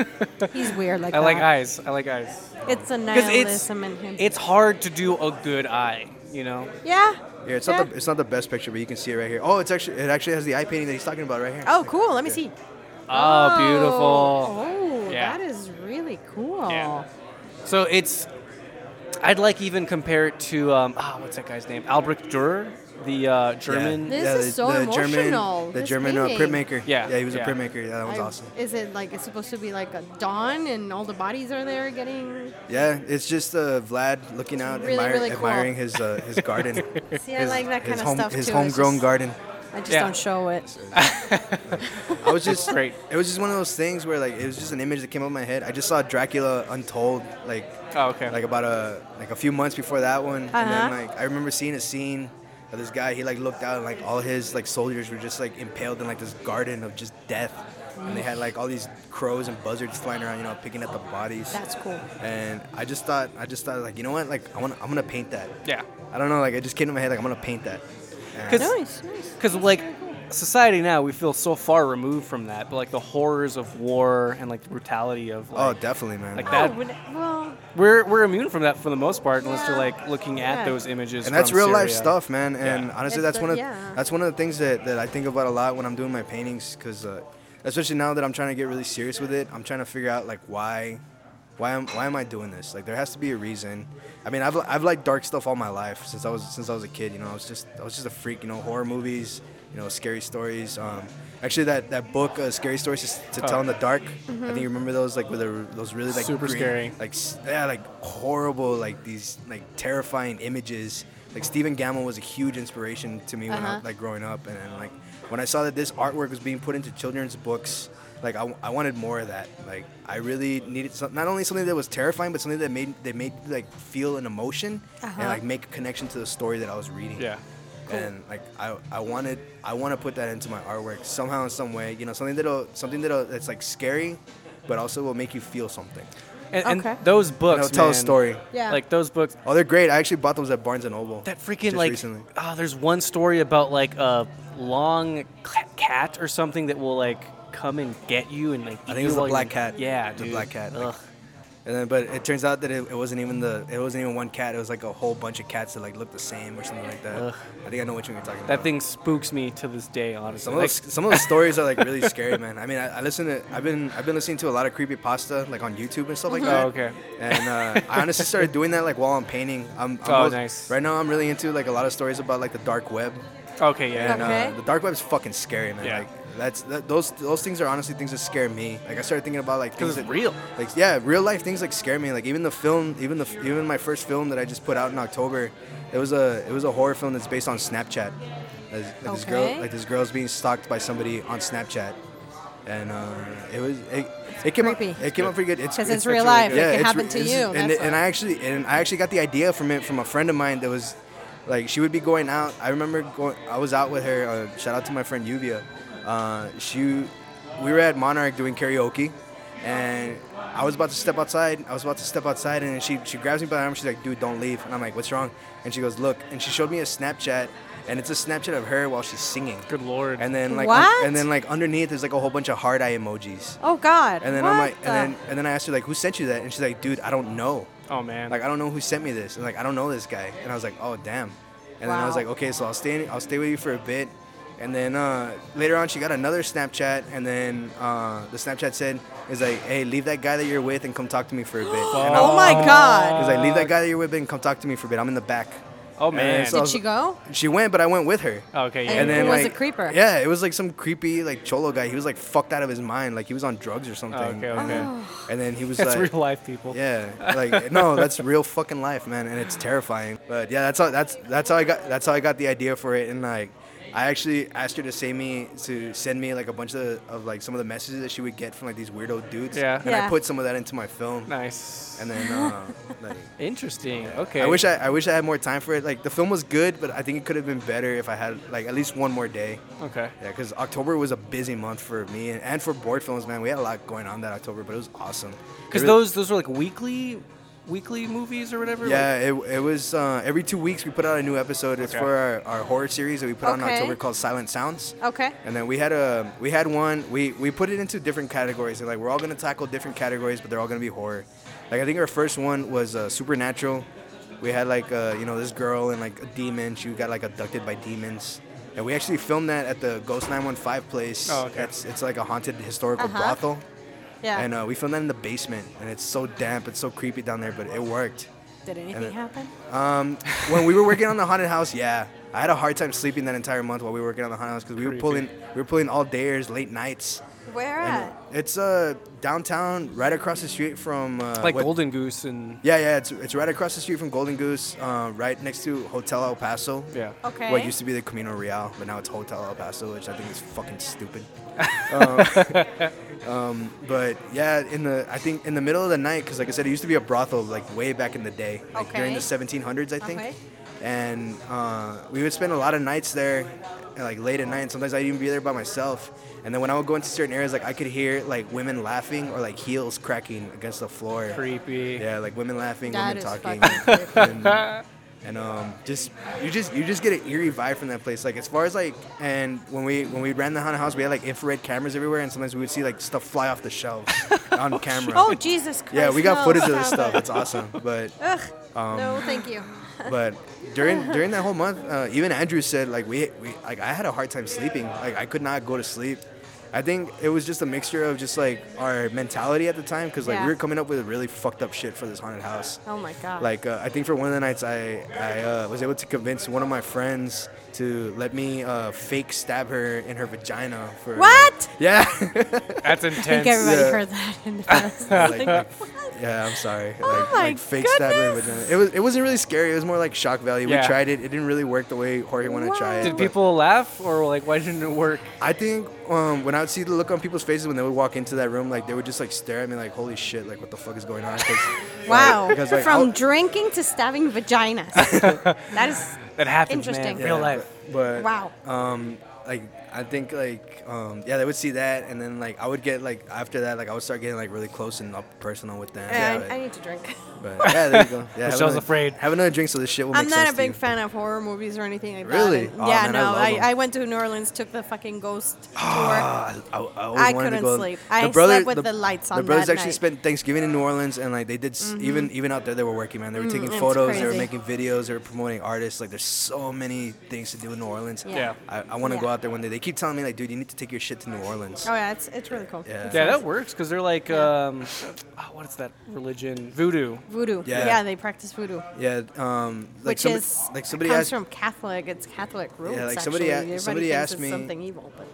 B: Oh, He's weird like
A: I like
B: that.
A: eyes. I like eyes
B: It's
C: *laughs*
B: a
A: because it's
B: nihilism in him.
A: it's hard to do a good eye. You know.
B: yeah.
C: Yeah, it's
B: Yeah.
C: not the it's not the best picture, but you can see it right here. Oh, it's actually it actually has the eye painting that he's talking about right here.
B: Oh, cool. Let me see.
A: Oh, beautiful.
B: Oh,
A: Yeah.
B: that is really cool.
A: Yeah. So it's. I'd like even compare it to um, ah, what's that guy's name? Albrecht Dürer, the uh, German.
B: This is so emotional,
C: German, the
B: this
C: German uh,
B: painting.
C: printmaker.
A: Yeah,
C: yeah, he was
A: yeah.
C: a printmaker. Yeah, that was
B: I-
C: awesome.
B: Is it like it's supposed to be like a dawn and all the bodies are there getting?
C: Yeah, it's just uh, Vlad looking out,
B: really,
C: admiring,
B: really cool.
C: admiring his uh, his garden.
B: *laughs* See, I
C: his,
B: like that kind
C: his
B: of
C: home-
B: stuff
C: His
B: too. It's
C: homegrown
B: just-
C: garden.
B: I just
A: Yeah.
B: don't show it.
C: I was just
A: great.
C: *laughs* It was just one of those things where like it was just an image that came up in my head. I just saw Dracula Untold like
A: Oh, okay.
C: like about a like a few months before that one, and then
B: Uh-huh.
C: like I remember seeing a scene of this guy. He like looked out and like all his like soldiers were just like impaled in like this garden of just death, and they had like all these crows and buzzards flying around, you know, picking up the bodies.
B: That's cool.
C: and I just thought, I just thought, like, you know what? Like, I want, I'm gonna paint that.
A: yeah.
C: I don't know. Like, it just came to my head. Like, I'm gonna paint that. And-
A: 'Cause-
B: Nice, nice.
A: Because like society now, we feel so far removed from that. But like the horrors of war and like the brutality of
C: oh,
A: like,
C: definitely, man.
A: like
B: Oh,
A: that.
B: would- well,
A: We're we're immune from that for the most part, unless you're
B: Yeah.
A: like looking at
B: Yeah.
A: those images.
C: and that's
A: from
C: real life
A: Syria.
C: stuff, man. And
A: Yeah.
C: honestly,
B: It's
C: that's
B: the-
C: one of
B: yeah.
C: that's one of the things that, that I think about a lot when I'm doing my paintings, because uh, especially now that I'm trying to get really serious with it, I'm trying to figure out like why, why am why am I doing this? Like, there has to be a reason. I mean, I've I've liked dark stuff all my life since I was since I was a kid. You know, I was just I was just a freak. You know, horror movies. You know, scary stories. Um, actually, that that book, uh, scary stories to, S- to tell in the dark.
B: Mm-hmm.
C: I think you remember those like with the, those really like
A: Super
C: green-
A: scary.
C: like s- yeah, like horrible, like these like terrifying images. Like Stephen Gamble was a huge inspiration to me when I
B: Uh-huh.
C: like growing up, and, and like when I saw that this artwork was being put into children's books, like I, w- I wanted more of that. Like I really needed some, not only something that was terrifying, but something that made that made like feel an emotion
B: Uh-huh.
C: and like make a connection to the story that I was reading.
A: Yeah.
C: And like I, I wanted I want to put that into my artwork somehow in some way you know something that'll something that'll that's like scary, but also will make you feel something.
A: And, and
B: Okay.
A: those books
C: It'll tell a
A: man,
C: story.
B: Yeah.
A: Like those books.
C: Oh, they're great. I actually bought those at Barnes and Noble.
A: That freaking
C: just
A: like
C: recently.
A: ah, there's one story about like a long c- cat or something that will like come and get you and like.
C: I think it was the black cat.
A: Yeah,
C: the
A: dude.
C: black cat. like-
A: Ugh.
C: and then, but it turns out that it, it wasn't even the it wasn't even one cat. It was like a whole bunch of cats that like looked the same or something like that.
A: Ugh.
C: I think I know what you're talking about.
A: that thing spooks me to this day, honestly.
C: Some of,
A: Like,
C: those, some of those stories are
A: *laughs*
C: like really scary, man. I mean, I, I listen to I've been I've been listening to a lot of creepy pasta like on YouTube and stuff like that.
A: Oh, okay.
C: And uh,
A: *laughs*
C: I honestly started doing that like while I'm painting. I'm, I'm
A: Oh,
C: most-
A: nice.
C: Right now, I'm really into like a lot of stories about like the dark web.
A: okay, yeah.
C: And
B: Okay.
C: uh, the dark web's fucking scary, man.
A: Yeah.
C: Like that's that, those those things are honestly things that scare me. Like I started thinking about like
A: 'Cause
C: things
A: it's
C: that-
A: real.
C: Like yeah, real life things like scare me. Like even the film, even the f- even my first film that I just put out in October, it was a it was a horror film that's based on Snapchat. As, like this girl
B: Okay.
C: like this girl's being stalked by somebody on Snapchat, and uh, it was it. It came
B: Creepy.
C: up. It came up pretty good. It's
B: 'Cause it's
C: actually
B: real
C: really
B: life,
C: good.
B: it
C: Yeah,
B: could
C: it's
B: happen
C: re-
B: to
C: it's-
B: you,
C: And,
B: that's
C: and I actually and I actually got the idea from it from a friend of mine that was like she would be going out. I remember going. I was out with her. Uh, shout out to my friend Yuvia. Uh, she, we were at Monarch doing karaoke, and I was about to step outside. I was about to step outside, and she she grabs me by the arm. She's like, "Dude, don't leave." And I'm like, "What's wrong?" And she goes, "Look." And she showed me a Snapchat and it's a Snapchat of her while she's singing.
A: Good lord.
C: And then like un-
B: What?
C: and then like underneath is like a whole bunch of hard eye emojis.
B: Oh God.
C: And then
B: what
C: I'm like,
B: the-
C: and then and then I asked her like, who sent you that? And she's like, dude, I don't know.
A: oh man.
C: Like I don't know who sent me this. And like I don't know this guy. And I was like, oh damn. And then I was
B: Wow.
C: like, okay, so I'll stay. I'll stay with you for a bit. And then uh, later on, she got another Snapchat, and then uh, the Snapchat said, "Is like, hey, leave that guy that you're with and come talk to me for a bit." And I
B: oh my God.
C: was like, "Leave that guy that you're with and come talk to me for a bit. I'm in the back."
A: oh
C: and
A: man.
C: so-
B: Did she go?
C: She went, but I went with her.
A: okay. Yeah.
C: And then
B: Who was
C: like,
B: the creeper?
C: Yeah, it was like some creepy like cholo guy. He was like fucked out of his mind. Like he was on drugs or something.
A: Oh, okay. Okay.
B: Oh.
C: And then he was
A: That's
C: like,
A: real life, people.
C: yeah, like no, that's real fucking life, man, and it's terrifying. But yeah, that's how that's that's how I got that's how I got the idea for it, and like. I actually asked her to send me to send me like a bunch of, of like some of the messages that she would get from like these weirdo dudes.
A: Yeah.
C: And
B: Yeah.
C: I put some of that into my film.
A: Nice.
C: And then uh, like,
A: Interesting. Okay.
C: I wish I, I wish I had more time for it. Like the film was good, but I think it could have been better if I had like at least one more day.
A: Okay.
C: Yeah, because October was a busy month for me and, and for board films, man. We had a lot going on that October, but it was awesome.
A: Because
C: It really-
A: those those were like weekly weekly movies or whatever.
C: Yeah, it, it was uh, every two weeks we put out a new episode. It's
A: Okay.
C: for our, our horror series that we put out in
B: Okay.
C: October called Silent Sounds.
B: Okay.
C: And then we had a we had one we we put it into different categories. And like we're all gonna tackle different categories, but they're all gonna be horror. Like I think our first one was uh, supernatural. We had like uh, you know this girl and like a demon. She got like abducted by demons. And we actually filmed that at the Ghost 915 place.
A: Oh, okay.
C: It's it's like a haunted historical
B: Uh-huh.
C: brothel.
B: Yeah.
C: And uh, we filmed that in the basement. And it's so damp. It's so creepy down there, but it worked.
B: Did anything
C: then-
B: happen?
C: when we were working on the haunted house, yeah, I had a hard time sleeping that entire month while we were working on the haunted house because we were
A: Creepy.
C: pulling we were pulling all dayers, late nights.
B: Where
C: And
B: at?
C: it's uh downtown, right across the street from uh,
A: Like
C: what-
A: Golden Goose and
C: Yeah, yeah, it's, it's right across the street from Golden Goose, uh, right next to Hotel El Paso.
A: yeah.
B: Okay.
C: What used to be the Camino Real, but now it's Hotel El Paso, which I think is
B: *laughs*
C: fucking stupid. um, um, but yeah, in the I think in the middle of the night, because like I said, it used to be a brothel like way back in the day, like during the
B: Okay.
C: 1700s, I think.
B: Okay.
C: And uh, we would spend a lot of nights there, and, like late at night. And sometimes I'd even be there by myself. And then when I would go into certain areas, like I could hear like women laughing or like heels cracking against the floor.
A: Creepy.
C: Yeah, like women laughing,
B: That
C: women
B: is
C: talking. *laughs*
B: fucking *laughs*
C: and, and, um, just you just you just get an eerie vibe from that place. Like as far as like, and when we when we ran the haunted house, we had like infrared cameras everywhere, and sometimes we would see like stuff fly off the
B: *laughs*
C: shelves on camera.
B: Oh Jesus Christ!
C: yeah, we got
B: no,
C: footage of
B: *laughs*
C: this um,
B: stop
C: stuff.
B: it.
C: It's awesome, but
B: Ugh. no, thank you.
C: but during during that whole month, uh, even Andrew said like we, we like I had a hard time sleeping. Like I could not go to sleep. I think it was just a mixture of just like our mentality at the time because like
B: Yeah.
C: we were coming up with really fucked up shit for this haunted house.
B: Oh my God.
C: Like uh, I think for one of the nights, I I uh, was able to convince one of my friends to let me uh, fake stab her in her vagina for
B: What? *laughs*
C: Yeah. *laughs*
A: That's
B: I think
A: intense.
B: everybody
C: Yeah.
B: heard that in the
C: *laughs*
B: past.
C: like, like, yeah, I'm sorry. like,
B: Oh my
C: like fake stab her in her
B: goodness.
C: vagina. It was it wasn't really scary. It was more like shock value.
A: Yeah.
C: We tried it. It didn't really work the way Jorge wanted to try it.
A: Did
C: but-
A: people laugh or like why didn't it work?
C: I think um, when I would see the look on people's faces when they would walk into that room, like they would just like stare at me, like holy shit, like what the fuck is going on?
B: *laughs*
C: 'Cause, like,
B: Wow.
C: because, like,
B: From
C: I'll-
B: drinking to stabbing
C: *laughs*
B: vaginas. that is
A: That happens,
B: Interesting.
A: man. Real
C: yeah,
A: life.
C: But, but,
B: wow.
C: Um, like I think like um, yeah, they would see that, and then like I would get like after that, like I would start getting like really close and up personal with them.
B: Yeah,
C: but,
B: I, I need to drink.
C: but, yeah, there you go. Yeah, have
A: Michelle's
C: another-
A: afraid.
C: Have another drink, so this shit will
B: I'm
C: make
B: not
C: sense
B: a big
C: to you.
B: fan of horror movies or anything like
C: Really?
B: that.
C: Oh,
B: yeah,
C: man, I
B: no.
C: love them.
B: I, I went to New Orleans, took the fucking ghost tour.
C: Ah, I, I, always
B: I
C: wanted to
B: couldn't
C: go.
B: sleep. I
C: The brother-
B: slept with the lights
C: The
B: on
C: brothers
B: that
C: actually
B: night. Mm-hmm.
C: spent Thanksgiving in New Orleans, and like they did, s even even out there they were working, man. They were taking
B: it's
C: photos, they were
B: Mm, crazy.
C: making videos, they were promoting artists. Like there's so many things to do in New Orleans.
B: Yeah. Yeah.
C: I, I want to
B: Yeah.
C: go out there one day. They keep telling me like, dude, you need to take your shit to New Orleans.
B: Oh yeah, it's it's really cool.
C: Yeah.
B: It's
A: Yeah,
B: nice.
A: that works because they're like, um, oh, what is that religion? Voodoo.
B: voodoo.
C: Yeah.
B: they practice voodoo,
C: Yeah, um, like
B: which
C: somebody,
B: is
C: like somebody
B: comes
C: asked
B: from Catholic. It's Catholic roots.
C: like, somebody
B: actually.
C: a-
B: Everybody
C: somebody
B: thinks
C: asked
B: it's
C: me-
B: something evil, but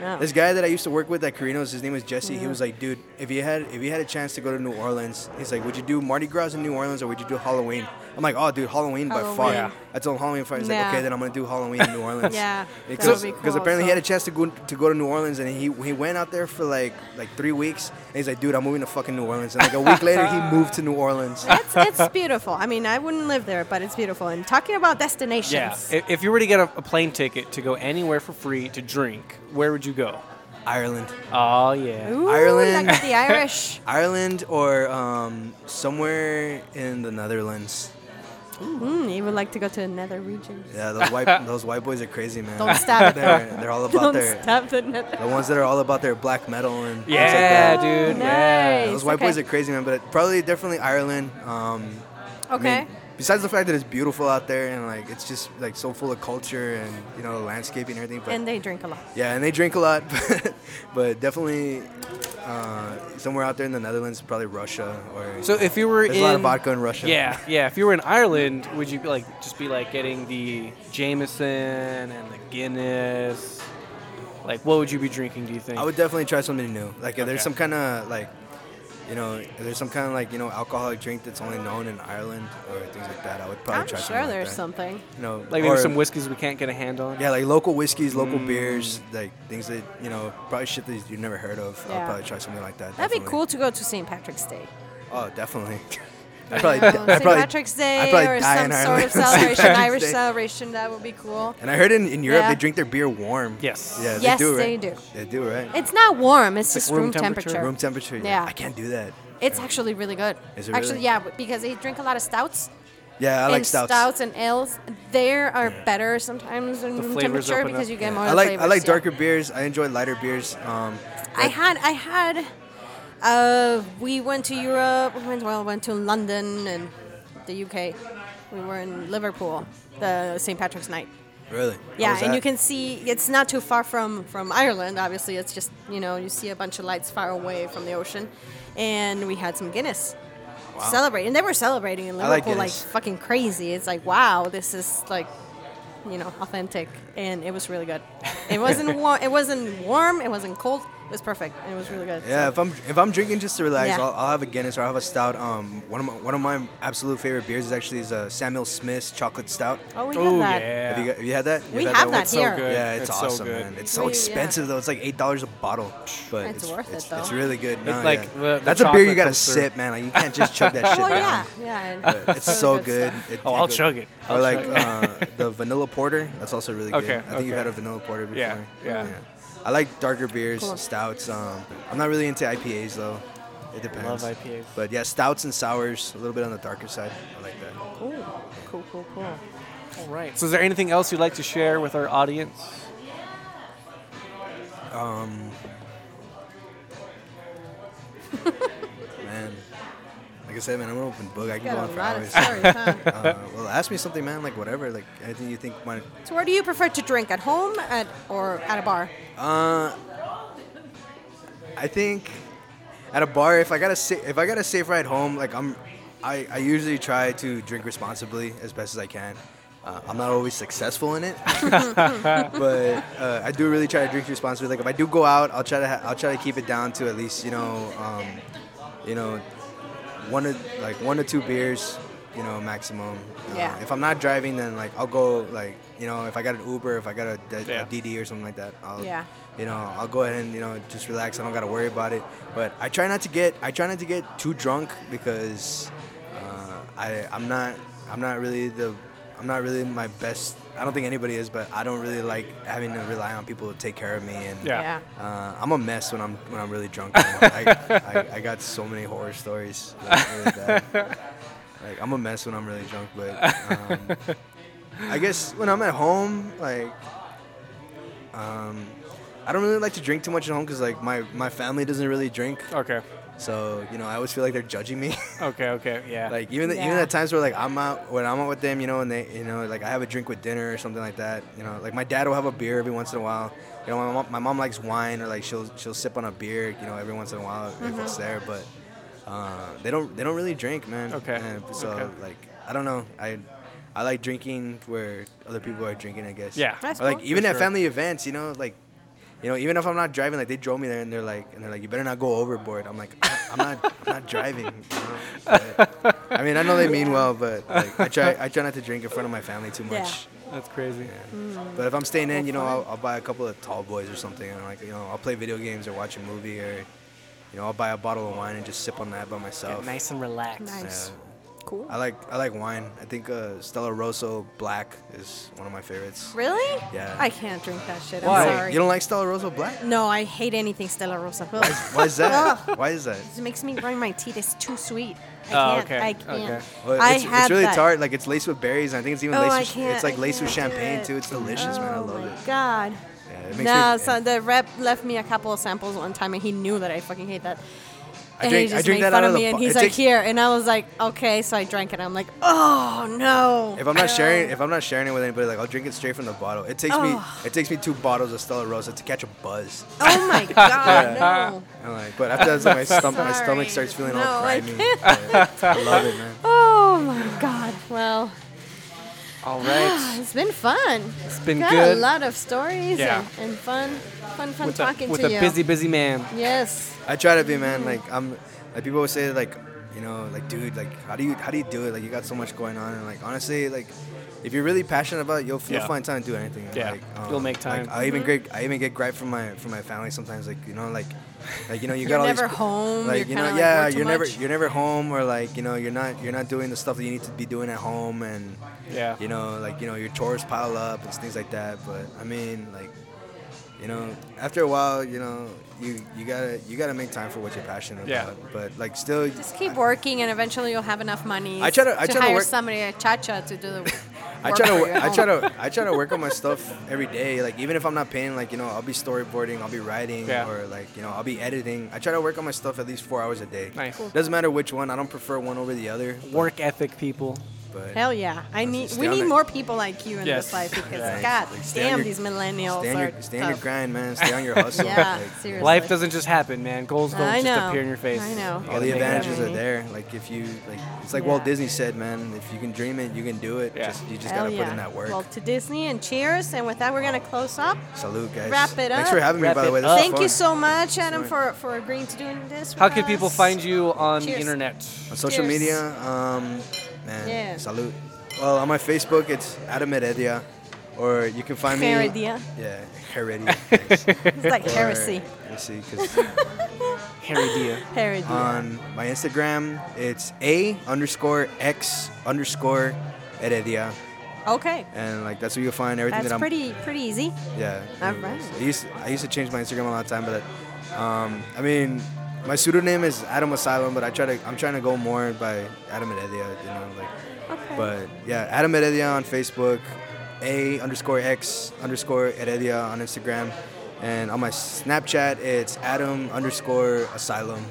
B: no.
C: This guy that I used to work with at Carino's, his name was Jesse. He was like, dude, if you had if you had a chance to go to New Orleans, he's like, would you do Mardi Gras in New Orleans or would you do Halloween? I'm like, oh, dude, Halloween, by far.
B: Halloween.
C: I told him Halloween. Far. He's
B: Yeah.
C: like, okay, then I'm gonna do Halloween in New Orleans.
B: *laughs* Yeah, that would
C: because
B: be
C: because
B: cool,
C: apparently he had
B: so-
C: a chance to go to go to New Orleans and he he went out there for like like three weeks. And he's like, dude, I'm moving to fucking New Orleans. And like a week later,
B: *laughs*
C: he moved to New Orleans.
B: it's, it's beautiful. I mean, I wouldn't live there, but it's beautiful. And talking about destinations,
A: Yeah. If, if you were to get a, a plane ticket to go anywhere for free to drink, where would you go?
C: Ireland,
A: Oh yeah.
B: Ooh,
C: Ireland.
B: like
C: *laughs*
B: the Irish.
C: Ireland, or um, somewhere in the Netherlands.
B: Mm, you would like to go to the nether
C: *laughs*
B: regions.
C: Yeah, those
B: *laughs*
C: white those white boys are crazy, man.
B: Don't stab it.
C: They're, they're
B: *laughs*
C: all about
B: Don't
C: their
B: stab the nether.
C: the ones that are all about their black metal and things like
A: Yeah,
C: that.
A: dude.
B: Oh,
A: Yeah.
B: nice.
C: Those white
B: okay.
C: boys are crazy, man. But it, probably definitely Ireland. Um, I mean,
B: Okay.
C: besides the fact that it's beautiful out there and like it's just like so full of culture and you know the landscaping and everything. But
B: and they drink a lot.
C: yeah, and they drink a lot, *laughs* but, but definitely uh, somewhere out there in the Netherlands, probably Russia or.
A: So if you were
C: there's
A: in
C: a lot of vodka in Russia.
A: Yeah, yeah. If you were in Ireland, would you be like just be like getting the Jameson and the Guinness? Like, what would you be drinking? Do you think?
C: I would definitely try something new. Like if
A: Okay.
C: there's some kind of like, you know, if there's some kind of like you know alcoholic drink that's only known in Ireland or things like that. I would probably
B: I'm sure
C: try. something
B: there's
C: like that.
B: something.
C: You know,
A: like maybe
C: or-
A: some Mm. whiskeys we can't get a hand on.
C: Yeah, like local whiskeys, local beers, like things that you know, probably shit that you've never heard of.
B: Yeah.
C: I'll probably try something like that.
B: That'd be
C: definitely.
B: cool to go to St. Patrick's Day.
C: Oh, definitely. *laughs* I probably,
B: You
C: *laughs* I'd
B: know,
C: probably,
B: St. Patrick's Day
C: I'd probably
B: or
C: die
B: some
C: in
B: sort
C: Ireland *laughs*
B: of
C: on St.
B: celebration,
C: Patrick's
B: Irish
C: Day.
B: celebration. That would be cool.
C: And I heard in, in Europe
B: Yeah.
C: they drink their beer warm.
A: Yes.
C: Yeah, they
B: Yes,
C: do. Right?
B: they do.
C: They do, right?
B: It's not warm. It's just
A: room
B: room temperature.
A: temperature?
C: Room temperature.
B: Yeah.
C: I can't do that.
B: It's actually really good.
C: Is it
B: actually,
C: really?
B: yeah, because they drink a lot of stouts.
C: Yeah, I like
B: and
C: stouts.
B: and ales. They are better sometimes in room
A: flavors
B: temperature
A: open up,
B: because you get
A: yeah.
B: more.
C: I like I
B: flavors,
C: like
B: yeah.
C: darker beers. I enjoy lighter beers. Um,
B: I
C: but-
B: had I had uh, we went to Europe, we went well went to London and the UK. We were in Liverpool, the St. Patrick's night.
C: really. What
B: Yeah,
C: was
B: and
C: that?
B: you can see it's not too far from from Ireland. Obviously, it's just you know you see a bunch of lights far away from the ocean, and we had some Guinness. celebrating. Celebrate, and they were celebrating in
C: I like
B: Liverpool like
C: Guinness.
B: fucking crazy. It's like wow, this is like you know authentic, and it was really good. It
C: *laughs*
B: wasn't warm. It wasn't warm. It wasn't cold. It was perfect. and It was really good.
C: Yeah,
B: So-
C: if I'm if I'm drinking just to relax,
B: Yeah.
C: I'll, I'll have a Guinness or I'll have a stout. Um, one of my one of my absolute favorite beers is actually is uh, Samuel Smith's chocolate stout.
B: oh, we
A: Oh
B: had that.
A: yeah.
C: Have you, got- have you had that? You
B: We
C: had
B: have
C: one?
B: that here.
A: good.
C: Yeah, it's,
A: It's so
C: awesome,
A: good.
C: man. It's so
B: We- yeah.
C: expensive though. It's like eight dollars a bottle, but
B: It's
C: it's,
B: worth it,
C: it's,
B: though.
C: It's really good. Nah,
A: like
C: yeah.
A: the- the
C: that's a beer you
A: chocolate
C: gotta
A: comes through.
C: sip, man. Like you can't just
B: *laughs*
C: chug that shit.
B: Well,
C: down.
B: Oh, yeah, yeah.
C: But It's
B: really
C: so
B: good
C: good.
B: stuff.
C: It-
A: Oh,
C: it
A: I'll
C: goes-
A: chug it.
C: Or
A: I'll
C: like
A: chug it.
C: uh, the vanilla porter. That's also really good.
A: Okay,
C: I think you've
A: okay.
C: had a vanilla porter before.
A: Yeah, yeah.
C: I like darker beers,
B: Cool.
C: stouts. Um, I'm not really into IPAs though. It
A: love
C: depends.
A: IPAs.
C: But yeah, stouts and sours, a little bit on the darker side. I like that.
B: Cool, cool, cool, cool.
A: All right. So, is there anything else you'd like to share with our audience?
C: Man, like I said, man, I'm an open book. I can
B: Got
C: go
B: a
C: on for
B: lot of
C: hours.
B: stories. Huh?
C: *laughs* uh, well, ask me something, man. Like whatever. Like anything you think might.
B: so, where do you prefer to drink? At home, at or at a bar?
C: Uh, I think at a bar, if I got a sa- if I got a safe ride home, like I'm, I, I usually try to drink responsibly as best as I can. Uh, I'm not always successful in it, *laughs* but uh, I do really try to drink responsibly. Like if I do go out, I'll try to ha- I'll try to keep it down to at least you know, um, you know, one or like one to two beers, you know, maximum. Uh,
B: Yeah.
C: If I'm not driving, then like I'll go like you know if I got an Uber, if I got a D- a
A: Yeah.
C: DD or something like that, I'll
B: Yeah.
C: you know I'll go ahead and you know just relax. I don't gotta worry about it. But I try not to get I try not to get too drunk because uh, I I'm not I'm not really the I'm not really my best. I don't think anybody is, but I don't really like having to rely on people to take care of me and
A: Yeah.
B: yeah.
C: uh, I'm a mess when I'm when I'm really drunk. *laughs* I, I, I got so many horror stories. Like, really bad. like I'm a mess when I'm really drunk, but um, I guess when I'm at home, like um, I don't really like to drink too much at home because like my my family doesn't really drink,
A: Okay.
C: so you know I always feel like they're judging me. *laughs*
A: Okay. Okay. Yeah.
C: Like even the, even
B: Yeah.
C: at times where like I'm out when I'm out with them, you know, and they you know like I have a drink with dinner or something like that. You know, like my dad will have a beer every once in a while. You know, my mom, my mom likes wine or like she'll she'll sip on a beer, you know, every once in a while if
B: Mm-hmm.
C: it's there. But uh, they don't they don't really drink, man.
A: Okay.
C: And so
A: Okay.
C: like I don't know I. I like drinking where other people are drinking, I guess.
A: Yeah.
B: That's
C: Or, like
B: cool.
C: even
A: For
C: at
A: sure.
C: family events, you know, like, you know, even if I'm not driving, like they drove me there and they're like, and they're like, you better not go overboard. I'm like, I'm not, I'm not driving. you know? But- I mean, I know they mean well, but like, I try, I try not to drink in front of my family too
B: Yeah.
C: much.
A: That's crazy.
C: But if I'm staying in, you know, I'll, I'll buy a couple of tall boys or something, and like, you know, I'll play video games or watch a movie, or, you know, I'll buy a bottle of wine and just sip on that by myself.
A: Nice and relaxed.
B: Nice.
C: Yeah.
B: Cool.
C: I like, I like wine. I think uh, Stella Rosso Black is one of my favorites.
B: Really?
C: Yeah.
B: I can't drink that shit.
A: Why?
B: I'm
C: You don't-
B: sorry.
C: You don't like Stella Rosso Black?
B: no, I hate anything Stella Rosa. Ugh.
C: Why is that? Why is that?
B: it makes me grind my teeth. It's too sweet. I
A: Oh,
B: can't.
A: okay,
B: I can't.
A: okay.
C: Well,
B: I
C: it's,
B: had
C: it's really
B: that.
C: tart. Like it's laced with berries. And I think it's even
B: Oh, I
C: laced. With,
B: can't.
C: it's like
B: I
C: laced with
B: can't do
C: champagne
B: it.
C: too. It's delicious, man. I
B: Oh
C: love
B: my
C: it.
B: god.
C: Yeah, it makes
B: No,
C: me-
B: so the rep left me a couple of samples one time, and he knew that I fucking hate that.
C: I
B: And
C: drink-
B: he
C: I
B: just
C: drink
B: made
C: that
B: fun
C: out
B: of
C: of the
B: me, and
C: bo-
B: he's
C: it
B: like,
C: takes-
B: "Here," and I was like, "Okay." So I drank it. I'm like, "Oh no!"
C: If I'm not sharing, if I'm not sharing it with anybody, like I'll drink it straight from the bottle. It takes me,
B: Oh.
C: it takes me two bottles of Stella Rosa to catch a buzz.
B: oh
C: *laughs*
B: my god, no!
C: I'm like, but after that's
B: *laughs*
C: like my stomach, my
B: Sorry.
C: stomach starts feeling
B: No,
C: all
B: I
C: grimy. Yeah, I love it, man.
B: Oh my god. Well,
A: All
B: *gasps*
A: right.
B: it's been fun.
A: It's been
B: Got
A: good.
B: a lot of stories
A: Yeah.
B: and, and fun, fun, fun
A: With
B: talking
A: a, with
B: to
A: a
B: you.
A: busy, busy man.
B: yes.
C: I try to be, man. Like I'm, like people always say, like you know, like dude, like how do you, how do you do it? Like you got so much going on, and like honestly, like if you're really passionate about it, you'll,
A: Yeah.
C: you'll find time to do anything. And,
A: Yeah.
C: like, um,
A: You'll make time.
C: Like, I even get, I even get gripe from my, from my family sometimes. Like you know, like, like you know, you
B: You're
C: got all
B: never
C: these,
B: home,
C: Like
B: you're
C: you know,
B: kinda, like,
C: yeah,
B: work too
C: you're never,
B: much.
C: you're never home, or like you know, you're not, you're not doing the stuff that you need to be doing at home, and
A: Yeah.
C: you know, like you know, your chores pile up and things like that. But I mean, like, you know, after a while, you know, you you gotta you gotta make time for what you're passionate
A: Yeah.
C: about. But like, still,
B: Just keep working, and eventually you'll have enough money.
C: I try to- I try to
B: hire
C: work-
B: somebody a chacha to do the. Work
C: *laughs* I try
B: for you
C: to
B: at
C: I try
B: home.
C: to I try to work on my stuff every day. Like even if I'm not painting, like you know, I'll be storyboarding, I'll be writing,
A: Yeah.
C: or like you know, I'll be editing. I try to work on my stuff at least four hours a day.
A: Nice. Cool.
C: Doesn't matter which one. I don't prefer one over the other.
A: Work ethic people.
C: But
B: Hell yeah! I need.
C: stay
B: We
C: on
B: need
C: it.
B: more people like you in
A: Yes.
B: this life because
C: Yeah.
B: God
C: Like, stay on
B: damn,
C: your-
B: these millennials
C: stay on
B: are
C: your stay on your
B: tough.
C: grind,
B: *laughs*
C: man. Stay on your hustle. *laughs*
B: Yeah,
C: Like,
B: seriously.
A: Life doesn't just happen, man. Goals don't
B: I
A: just
B: know.
A: appear in your face.
B: I know.
A: You
C: all
A: gotta
C: the
A: make it happen.
C: advantages are there. Like if you like, it's like Walt
B: Yeah.
C: Disney said, man. If you can dream it, you can do it.
A: Yeah.
C: Just you just
B: Hell
C: gotta
B: yeah.
C: put in that work.
B: Well, to Disney and cheers, and with that, we're gonna close up.
C: Salute, guys.
B: wrap it
C: Thanks
B: up.
C: Oh, for having
A: Wrap
C: me, by
A: it
C: the way. This
A: up.
C: was
B: Thank you
C: fun.
B: so much, Adam,
C: fine.
B: for, for agreeing to doing this.
A: How
B: with
A: can people
B: us.
A: find you on the
B: Cheers.
A: internet?
C: On social
B: Cheers.
C: media, um, man,
B: Yeah.
C: salute. Well, on my Facebook, it's Adam Heredia, or you can find me.
B: Heredia.
C: Yeah,
A: *laughs*
C: Heredia. thanks.
B: It's like
C: Or-
B: *laughs* heresy.
C: Heresy, 'cause *laughs*
A: Harry Dia.
B: Heredia.
C: on my Instagram, it's A underscore X underscore Heredia,
B: okay.
C: and like that's where you'll find everything
B: That's
C: that I'm.
B: pretty pretty easy.
C: Yeah.
B: All
C: anyways.
B: right.
C: I used, I used to change my Instagram a lot of time, but um, I mean, my pseudonym is Adam Asylum, but I try to I'm trying to go more by Adam Heredia, you know, like.
B: Okay.
C: But yeah, Adam Heredia on Facebook, A underscore X underscore Heredia on Instagram, and on my Snapchat it's Adam underscore Asylum.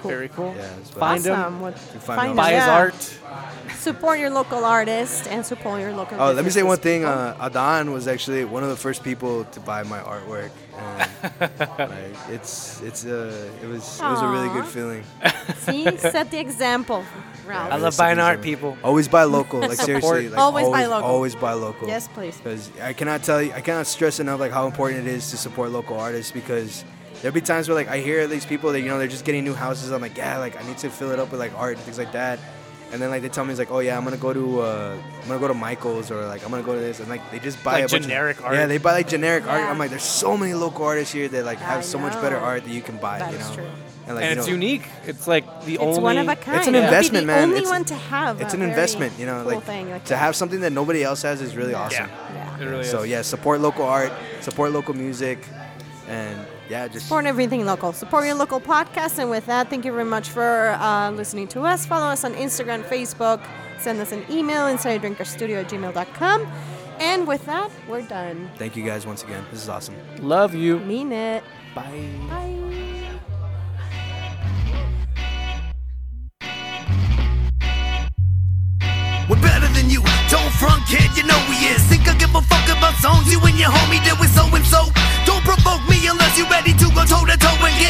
B: Cool.
A: Very cool.
C: Yeah, it's
A: Find him.
B: awesome. Well,
C: You find
B: find
C: out.
B: them,
A: Buy his
B: yeah.
A: art.
B: Support your local artist and support your local.
C: Oh, let me say
B: businesses.
C: one thing. Uh, Adan was actually one of the first people to buy my artwork.
B: *laughs*
C: And, like, it's it's uh, it was it was a really good
B: Aw.
C: feeling.
B: See, set the example, Ralph.
A: I love buying art, people.
C: Always buy local. Like seriously, like,
B: Always buy local.
C: Always buy local.
B: Yes, please.
C: Because I cannot tell you, I cannot stress enough like how important it is to support local artists because there'll be times where like I hear these people that you know they're just getting new houses. I'm like, yeah, like I need to fill it up with like art and things like that. And then like they tell me it's like, oh yeah, I'm gonna go to uh, I'm gonna go to Michaels or like I'm gonna go to this and like they just buy
A: Like
C: a bunch
A: generic
C: of,
A: art.
C: Yeah, they buy like generic art.
B: Yeah.
C: I'm like, there's so many local artists here that like have
B: I
C: so much better
B: know.
C: art that you can buy.
B: That
C: you
B: is
C: know,
B: true.
C: and like
A: And
C: you
A: it's
C: know,
A: unique. It's like the
B: It's
A: only.
B: one of a kind.
C: an
B: It would be
C: investment, man.
B: The only
C: It's-
B: one to have.
C: It's
B: a
C: an
B: very
C: investment, you know,
B: cool
C: like,
B: thing like
C: to have something that nobody else has is really
B: Yeah.
C: awesome.
A: Yeah.
B: Yeah.
A: It really
C: so
A: is.
C: yeah, support local art, support local music, and yeah, just
B: Support everything local. Support your local podcast. And with that, thank you very much for uh, listening to us. Follow us on Instagram, Facebook. Send us an email, insiderdrinkerstudio at gmail.com. And with that, we're done.
C: thank you guys once again. This is awesome.
A: Love you.
B: Mean it.
A: Bye.
B: Bye.
E: We're better than you. Don't front, kid, you know we is. Think I give a fuck about songs you and your homie did with so and so. Don't provoke me unless you're ready to go toe to toe and get